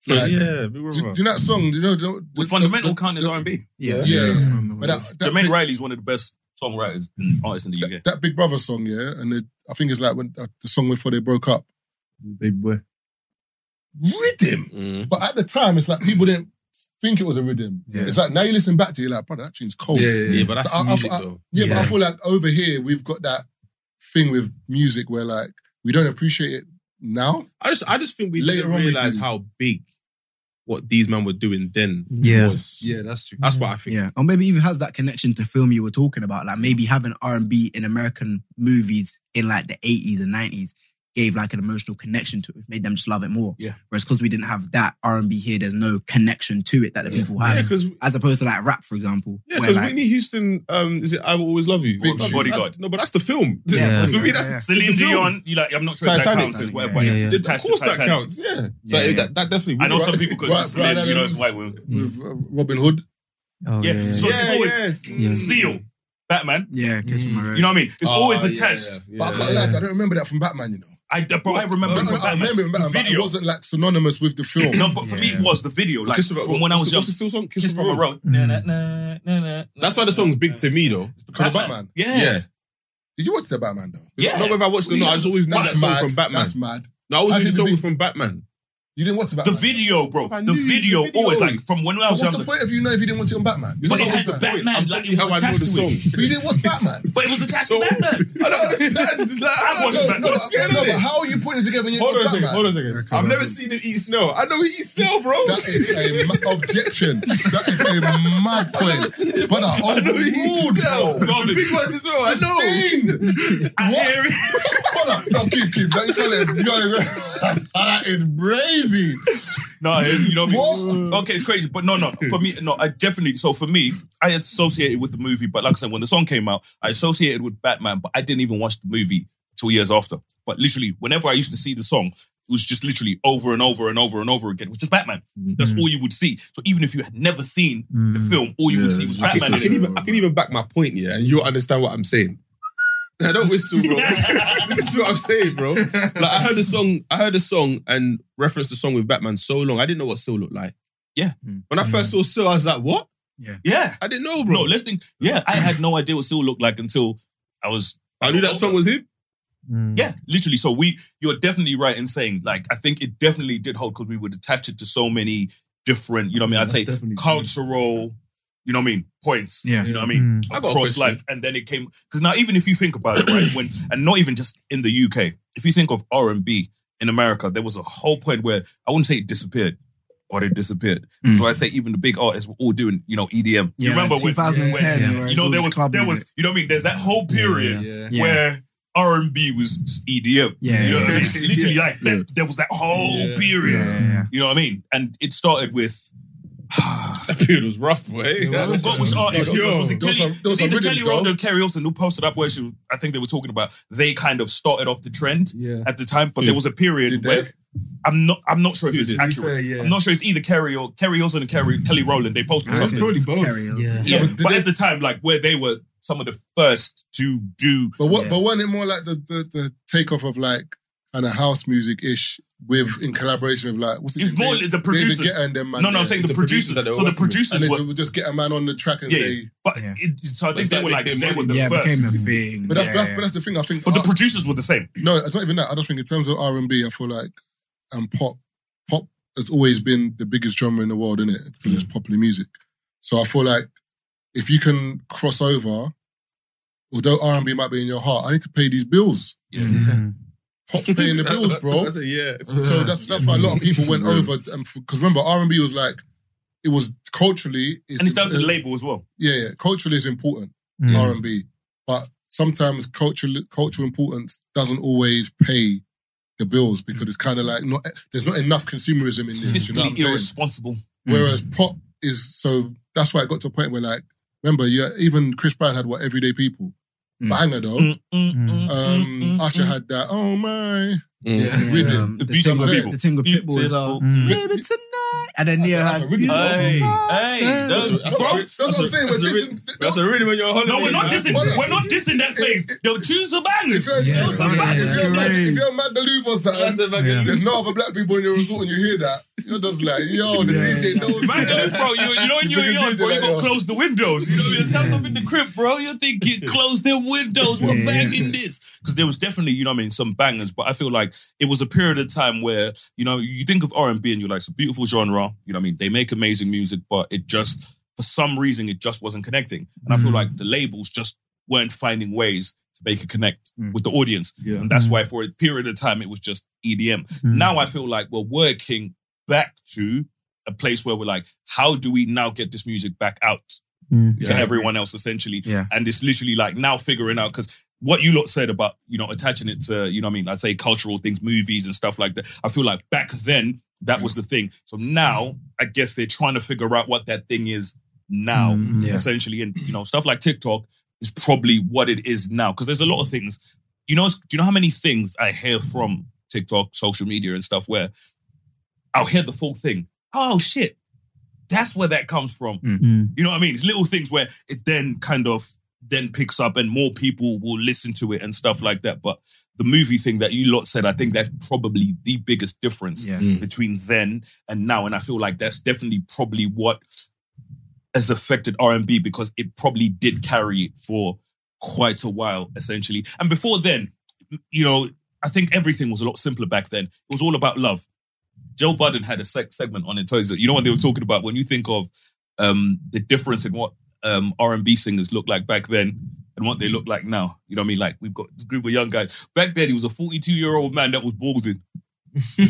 Like,
yeah,
Do, do you know that song? Do you know the, the-
Would fundamental
the-
count as
the-
R and B?
Yeah, But that, that
Jermaine
big,
Riley's one of the best songwriters and artists in the UK.
that, that Big Brother song, yeah, and the, I think it's like when uh, the song before they broke up.
Big boy.
Rhythm.
Mm.
But at the time, it's like people didn't think it was a rhythm.
Yeah.
It's like now you listen back to it, you're like, brother, that tune's cold.
Yeah,
Oh. Yeah,
yeah,
Yeah,
yeah.
but that's
So I- I-
music,
I-
though.
but I feel like over here we've got that thing with music where like we don't appreciate it now.
I just, I just think we
Later
didn't
on we
realize
do.
how big what these men were doing then
Yeah.
was.
Yeah, that's true.
That's what I think.
Yeah, or maybe even has that connection to film you were talking about, like maybe having R and B in American movies in like the eighties and nineties gave like an emotional connection to it, made them just love it more.
Yeah.
Whereas because we didn't have that R and B here, there's no connection to it that the people
Yeah,
have,
because
as opposed to like rap, for example.
yeah,
where
because
like,
Whitney Houston, um, is it I Will Always Love You?
Big
That-
Bodyguard.
that- no, but that's the film.
Yeah.
<laughs> For me,
Yeah,
that's
yeah, yeah.
Celine
it's the film.
Dion, you like, I'm not sure if that
Titanic.
counts as
Titanic,
whatever,
yeah.
but
Yeah,
it's
yeah.
Of
attached to
course, that
Titanic.
counts. Yeah. So
Yeah,
it-
yeah.
That, that definitely.
I know
Right.
some people go,
Right,
just Celine
right,
Dion's
that
white women.
With uh, Robin Hood,
Oh,
Yeah.
yeah. yeah,
So-
yeah.
it's always-
Yeah.
Seal, Batman.
yeah, Kiss from a Rose.
Mm. You know what I mean? It's
Ah,
Oh,
always
yeah,
attached.
yeah, yeah.
but I can't lie, I don't remember that from Batman. You know,
I, bro, I remember
I,
it from
I
Batman.
remember it from Batman,
the
but it
video.
wasn't like synonymous with the
<clears throat>
film.
No, but for me, it was the video. Like
Kiss of a-
from when I was
what's the-
young.
what's the still song? Kiss
Kiss
of
from a Road.
Mm.
Na, na, na, na, na,
That's why the song's big to me, though.
because of Batman.
Yeah.
Did you watch the Batman though?
Yeah. Not whether I watched it or not, I just always knew
That's
that song
mad.
from Batman.
That's mad.
No, I always
I
knew the
didn't
song
think-
was from Batman.
You didn't watch the
The
Batman.
video, bro.
I knew it
The
was
video,
the video.
always like from when I
But
was
what's
younger.
the point if you know if you didn't watch it on Batman?
But it
That was
had
the
the
point.
Batman,
I'm
like
telling
it
you how I
was
know
attached
the
to it.
song.
But you didn't watch
<laughs>
Batman.
But it was attached
So-
to Batman.
<laughs> I don't understand. Like,
I watched
No,
Batman.
no,
What's
no,
going on
but
<laughs> here?
how are you putting it together? when you
Hold on a
watch
second.
Batman?
Hold on a second.
Yeah, 'cause
I've
I
never
haven't-
seen him eat snow. I know he eats snow, bro.
That is a ma- objection. That is a mad point. But I overruled, bro.
The big ones as well. I know.
Sustained.
I hear it.
Brother, no, keep, keep. Don't you call it. You call it. That is crazy.
No, you know what I mean?
What?
Okay, it's crazy. But no, no. For me, no, I definitely so for me, I associated with the movie, but like I said, when the song came out, I associated with Batman, but I didn't even watch the movie two years after. But literally, whenever I used to see the song, it was just literally over and over and over and over again. It was just Batman. That's all you would see. So even if you had never seen the film, all you would
Yeah,
see was
I think
Batman.
I
in
can,
it.
even, I can even back my point here, and you'll understand what I'm saying. I don't whistle,
<laughs>
bro. this is what I'm saying, bro. Like I heard the song, I heard the song and referenced the song with Batman so long. I didn't know what Sil looked like.
Yeah.
When I first saw Sil, I was like, "What?
Yeah.
I didn't know, bro."
No, let's think. Yeah, I had no idea what Seal looked like until I was.
I knew that song was him.
Mm.
Yeah, literally. So we, you're definitely right in saying like I think it definitely did hold because we would attach it to so many different, you know, what I mean, I'd say
definitely
cultural, you know, what I mean, points.
Yeah.
you know, what I
Mm.
mean,
I got a
across
question.
life, and then it came because now even if you think about it, right, when and not even just in the UK, if you think of R and B in America, there was a whole point where I wouldn't say it disappeared. But it disappeared.
Mm.
So I say even the big artists were all doing, you know, EDM. you remember
like
when,
2010,
when-
where it's
you know,
all
there
just
was,
club
there
music.
was, you know, what I mean, there's that whole period
Yeah.
Yeah.
where R and B was just EDM.
Yeah,
you know
yeah,
what I mean?
yeah.
<laughs>
Literally, like that,
Yeah.
there was that whole
Yeah.
period.
Yeah, yeah.
You know what I mean? And it
<sighs>
started with.
<laughs> That period was rough, boy.
I forgot which artist it was. Was it
Those
Kelly-
are- those
was
are
either
rhythms,
Kelly Rowland
though.
or Kerry Olsen who posted up where she was, I think they were talking about they kind of started off the trend
Yeah.
at the time, but there was a period
Did
where
they?
I'm not I'm not sure if it's
did. To be
accurate.
fair, yeah.
I'm not sure it's either Kerry or Kerry Olsen or Kerry, Kelly Rowland. They posted
It's
something.
probably both.
Yeah.
Yeah,
but
but,
did they-
at the time, like where they were some of the first to do
But what?
Yeah.
But wasn't it more like the the, the takeoff of like kind of house music ish with in collaboration with like what's it?
It's more like the producers.
David Guetta and them man.
No, no, I'm
there.
saying the,
the
producers.
producers that they were
so the
working with.
And
producers
then
were,
to just get a man on the track and
Yeah.
say.
but
Yeah.
it, so they,
It's
they
like
were
they
like
came
they
back
were
with-
the
Yeah, it
first,
became a thing.
But that's,
yeah,
that's,
yeah.
but that's the thing. I think.
but the
uh,
producers were the same.
no, it's not even that. I just think in terms of R and B, I feel like and pop, pop has always been the biggest genre in the world, isn't it? Because
Mm.
it's popular music. So I feel like if you can cross over, although R and B might be in your heart, I need to pay these bills.
Mm.
Pop's paying the bills, bro.
<laughs>
That's a yeah. <laughs>
So that's that's why a lot of people went over because remember R and B was like it was culturally
And it's down to the
uh,
label as well.
Yeah, yeah, culturally it's important
Mm.
R and B, but sometimes cultural cultural importance doesn't always pay the bills because it's kind of like not there's not enough consumerism in this. You know what I'm
Fiscally
saying?
irresponsible.
Whereas pop is so that's why it got to a point where like remember yeah even Chris Brown had what everyday people. Banger though.
Mm, mm, mm,
Oh. Um,
mm, mm,
Usher
mm.
had that. Oh my!
Yeah.
Rhythm.
Um, the,
Beautiful
Tim's-
people.
the thing with Pitbull as well.
Mm.
Live it tonight. And then Neo
That's a
had
rhythm.
Hey, hey,
That's
no,
That's,
bro.
what, that's what I'm saying.
That's a,
We're
re-
missing-
that's a rhythm when you're on holiday.
No, we're not
man.
dissing.
Well,
We're not dissing that phase. They'll choose the
If
bangers.
you're,
Yeah,
if you're
yeah,
mad, if
yeah.
you're mad, if
Great.
you're mad to leave or
That's
something,
the <laughs> fucking-
there's no other black people in your resort and you hear that, you're just like, yo, the DJ knows. me, <laughs>
Right,
man.
bro, you, you know when
He's
you're
looking
young,
good,
bro, you
like,
gotta
yo.
close the windows. You know what I mean? It's time up in the crib, bro. You're thinking, close the windows. We're banging this. Because there was definitely, you know what I mean, some bangers, but I feel like it was a period of time where, you know, you think of R&B and you're like, it's a beautiful genre. You know what I mean? They make amazing music, but it just, for some reason, it just wasn't connecting. And I feel like the labels just weren't finding ways to make it connect with the audience.
Yeah.
And that's why for a period of time, it was just EDM. Now I feel like we're working back to a place where we're like, how do we now get this music back out
Mm.
to everyone else essentially?
Yeah.
And it's literally like now figuring out because what you lot said about, you know, attaching it to, you know what I mean, I'd say cultural things, movies and stuff like that. I feel like back then that was the thing. So now I guess they're trying to figure out what that thing is now,
Mm, yeah.
essentially. And you know, stuff like TikTok is probably what it is now. Cause there's a lot of things you know, do you know how many things I hear from TikTok, social media, and stuff where I'll hear the full thing. Oh shit, that's where that comes from.
Mm.
You know what I mean? It's little things where it then kind of then picks up and more people will listen to it and stuff like that. But the movie thing that you lot said, I think that's probably the biggest difference
Yeah.
between then and now. And I feel like that's definitely probably what has affected R and B because it probably did carry it for quite a while, essentially. And before then, you know, I think everything was a lot simpler back then. It was all about love. Joe Budden had a seg- segment on it. So you know what they were talking about when you think of um, the difference in what um, R&B singers looked like back then and what they look like now. You know what I mean? Like we've got this group of young guys. Back then, he was a 42 year old man that was balding. <laughs> yeah,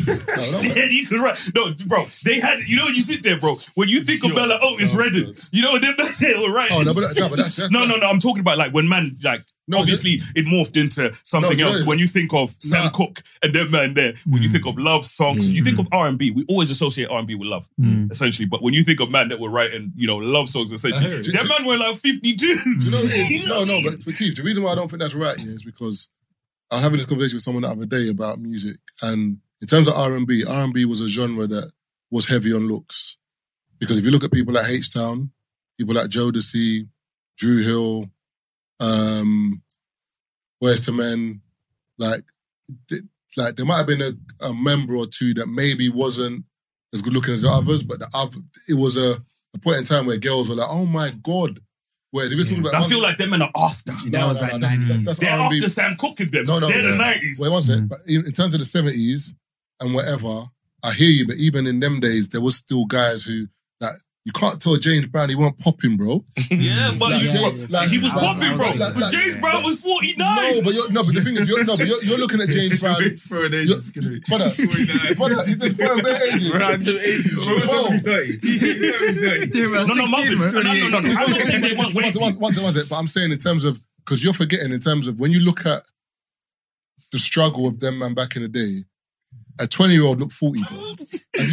he could rap. No, bro, they had. You know, when you sit there, bro. When you think of Bella Otis
no,
Redden, you know <laughs> them back there were right.
Oh, no, but that- no, but that's- that's
no,
not-
no, no, I'm talking about like when man like.
No,
obviously, it morphed into something
No,
else.
just-
When you think of Sam
Nah.
Cooke and that man there, when
Hmm.
you think of love songs, you think of R and B. We always associate R and B with love,
mm,
essentially. But when you think of man that were writing, you know, love songs, essentially,
hear it.
that man were like 52.
Do you know what it is? No, no, but for Keith, the reason why I don't think that's right yeah, is because I was having this conversation with someone the other day about music, and in terms of R and B, R and B was a genre that was heavy on looks, because if you look at people like H Town, people like Jodeci, Drew Hill, um, Where's to Men, like, th- like there might have been a, a member or two that maybe wasn't as good looking as the others, but the other, it was a, a point in time where girls were like, "Oh my god." Whereas if you're talking about
I feel like them men are after.
no, that was like that's, that's
They're
R&B.
after Sam Cooke and them.
No, no,
They're the
yeah.
90s.
Wait one sec. But in, in terms of the seventies and whatever, I hear you. But even in them days, there was still guys who that you can't tell James Brown he weren't popping, bro.
Yeah, but
Like,
you-
James- like-
he was
like-
popping, bro.
like-
but
like-
James Brown was 49.
No, but you're, no, but the thing is, you're, no, but you're, you're looking at James <laughs> Brown.
It's for an age.
You're-
It's gonna be.
Brother, brother, he's just foreign bare agent.
<laughs> Random age.
Bro.
no,
<laughs>
no, Marvin. No, no, no, no. I'm not saying they weren't
One
wavy.
sec, one sec, one sec, one sec. But I'm saying in terms of because you're forgetting in terms of when you look at the struggle of them man back in the day. A twenty-year-old looked forty. Bro. Have you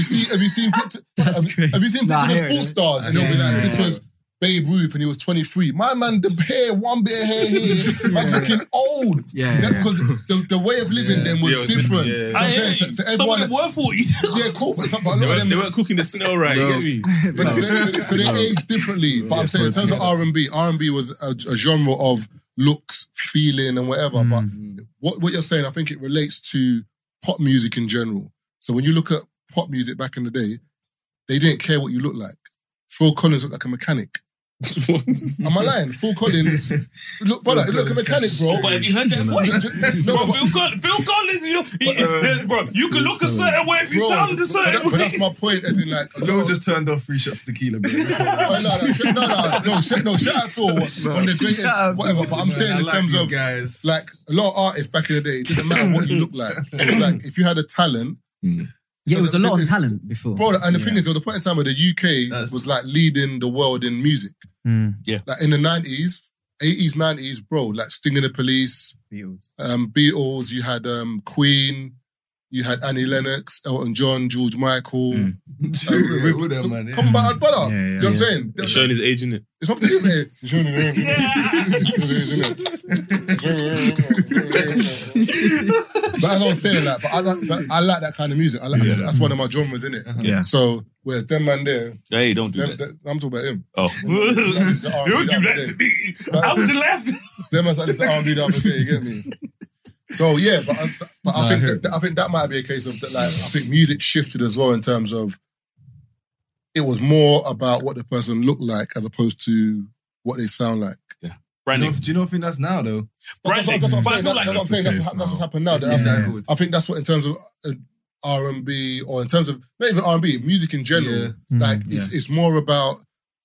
seen? Have you seen? Picture,
That's
have,
crazy.
have you seen
Nah, I
pictures of
hear it.
sports stars? And they'll be
Yeah,
like,
yeah,
"This
yeah.
was Babe Ruth, and he was twenty-three. My man, the hair, one bit of hair here, man, looking old.
Yeah,
That-
yeah.
because the, the way of living then was
Yeah, it was
different.
different, yeah, yeah.
So
I
I'm
hear
saying,
you.
so- so
Some of
everyone-
them were 40.
yeah, cool. But, some, but
They
a lot of
weren't,
them,
they weren't cooking the snail right.
No.
You get me?
but so, they- so they age differently. But I'm saying in terms of R and B, R and B was a, a genre of looks, feeling, and whatever. But what what you're saying, I think it relates to pop music in general. So when you look at pop music back in the day, they didn't care what you looked like. Phil Collins looked like a mechanic. Am I lying? Phil Collins, look, brother, look a mechanic, bro.
But have you heard that voice?
No,
Bro,
but-
Phil Collins, Phil Collins, you know, he- uh, bro, you can look a certain way if you
Bro,
sound a
but that-
certain
but
way.
that's my point. As in, like,
Phil just turned off three shots tequila, bro.
<laughs> Oh, no, no, sh- no, no, no, sh- no, shout out to all on the greatest, whatever. But I'm saying
I
in
like
terms
these
of
guys.
like a lot of artists back in the day, it didn't matter what you looked like. It was like if you had a talent,
Yeah, it was a lot of
Because-
talent before.
bro. And the thing is, there was a point in time where the UK
That's-
was like leading the world in music.
Hmm.
Mm.
Like in the nineties, eighties, nineties, bro. Like Sting and the Police, um, Beatles. You had um, Queen. You had Annie Lennox, Elton John, George Michael. uh,
<laughs>
Riv-
All Hmm. them, man, yeah.
Come by, brother. Do
Yeah, yeah,
you know what
yeah.
I'm saying?
It's showing his age,
<laughs>
innit?
It's up to you, mate. It's your name, isn't
<laughs>
it? but as I was saying, like, but I like, but I like that kind of music. I like, That's one of my genres, isn't it?
Yeah.
So whereas them man there,
Hey, don't do
them,
that.
them- I'm talking about him.
<laughs> Oh.
That's the R&B
Don't
the
do that
other
to
day.
me. I was just laughing.
Them man's like this R&B the other day. You get me? So yeah, but I, but I think that, I think that might be a case of that. Like I think music shifted as well in terms of it was more about what the person looked like as opposed to what they sound like.
Do you
Brandon,
know- do you not think that's now though?
That's what, that's what I'm
Branding. But I
saying. That's,
feel like
that's what I'm saying. That's,
that's the
what- that's
case
what's
now.
happened now.
It's
That's-
recycled.
I think that's what in terms of uh, R and B or in terms of not even R and B music in general.
Yeah.
Mm-hmm.
Like it's it's more about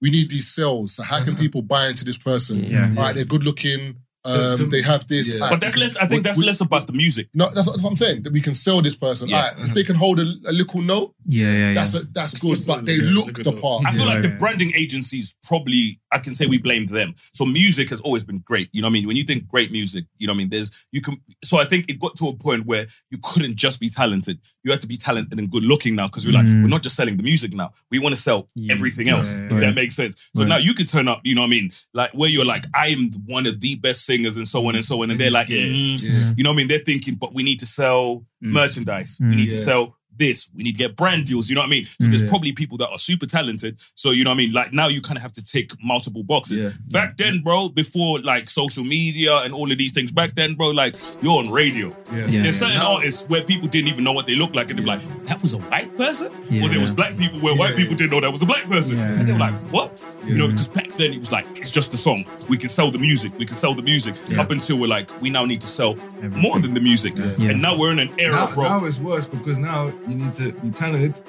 we need these sales. So how can people buy into this person?
Yeah.
All right, they're good looking. Um,
To- to-
they have this.
yeah.
All right,
But that's less. I think
we-
that's
we-
less about the music.
No, that's what, that's what I'm saying. That we can sell this person.
Yeah.
All right, if they can hold a, a little note,
Yeah, yeah, yeah.
that's a, that's good. But they
Yeah,
look
look at
the
that.
part.
I feel like the
yeah.
branding agencies probably, I can say we blame them. So music has always been great. You know what I mean? When you think great music, you know what I mean? There's, you can, so I think it got to a point where you couldn't just be talented. You had to be talented and good looking now because we're like, we're not just selling the music now. We want to sell everything else.
yeah,
if
yeah.
that makes sense. So now you could turn up, you know what I mean? Like where you're like, I'm one of the best singers and so on and so on. And they're like, "Mm,
Yeah.
you know what I mean? They're thinking, but we need to sell merchandise. We
Mm.
need to
Yeah.
sell this. We need to get brand deals. You know what I mean? So there's probably people that are super talented. So you know what I mean? Like now you kind of have to tick multiple boxes.
Yeah.
Back then, bro, before like social media and all of these things, back then, bro, like you're on radio.
Yeah,
There's
yeah.
certain artists where people didn't even know what they looked like, and they're like, "That was a white person,"
Yeah.
or there was black people where white people didn't know that was a black person,
Yeah.
and they were like, "What?" You know, because back then it was like, it's just a song. We can sell the music. We can sell the music.
Yeah.
Up until we're like, we now need to sell more than the music.
Yeah.
And now we're in an era,
Now,
bro.
now it's worse because now you need to be talented,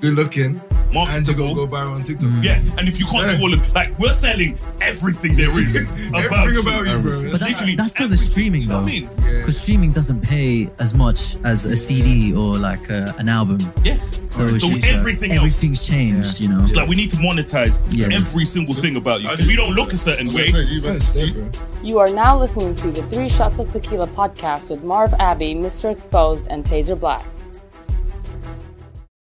good looking, and you
marketable.
go go viral on TikTok.
yeah, and if you can't
Yeah.
do all of like, we're selling everything there is about,
<laughs> Everything about you, bro.
But that's
Literally
that's because of streaming though.
I
Because
mean,
streaming doesn't pay as much as a CD or like uh, an album.
yeah.
So, it's
So
just,
everything
uh,
else.
everything's changed, you know.
It's like we need to monetize
Yeah.
every single thing about you. If you don't look a certain way,
Say, you've had- you-
You are now listening to the Three Shots of Tequila podcast with Marv Abbey, Mr. Exposed, and Taser Black.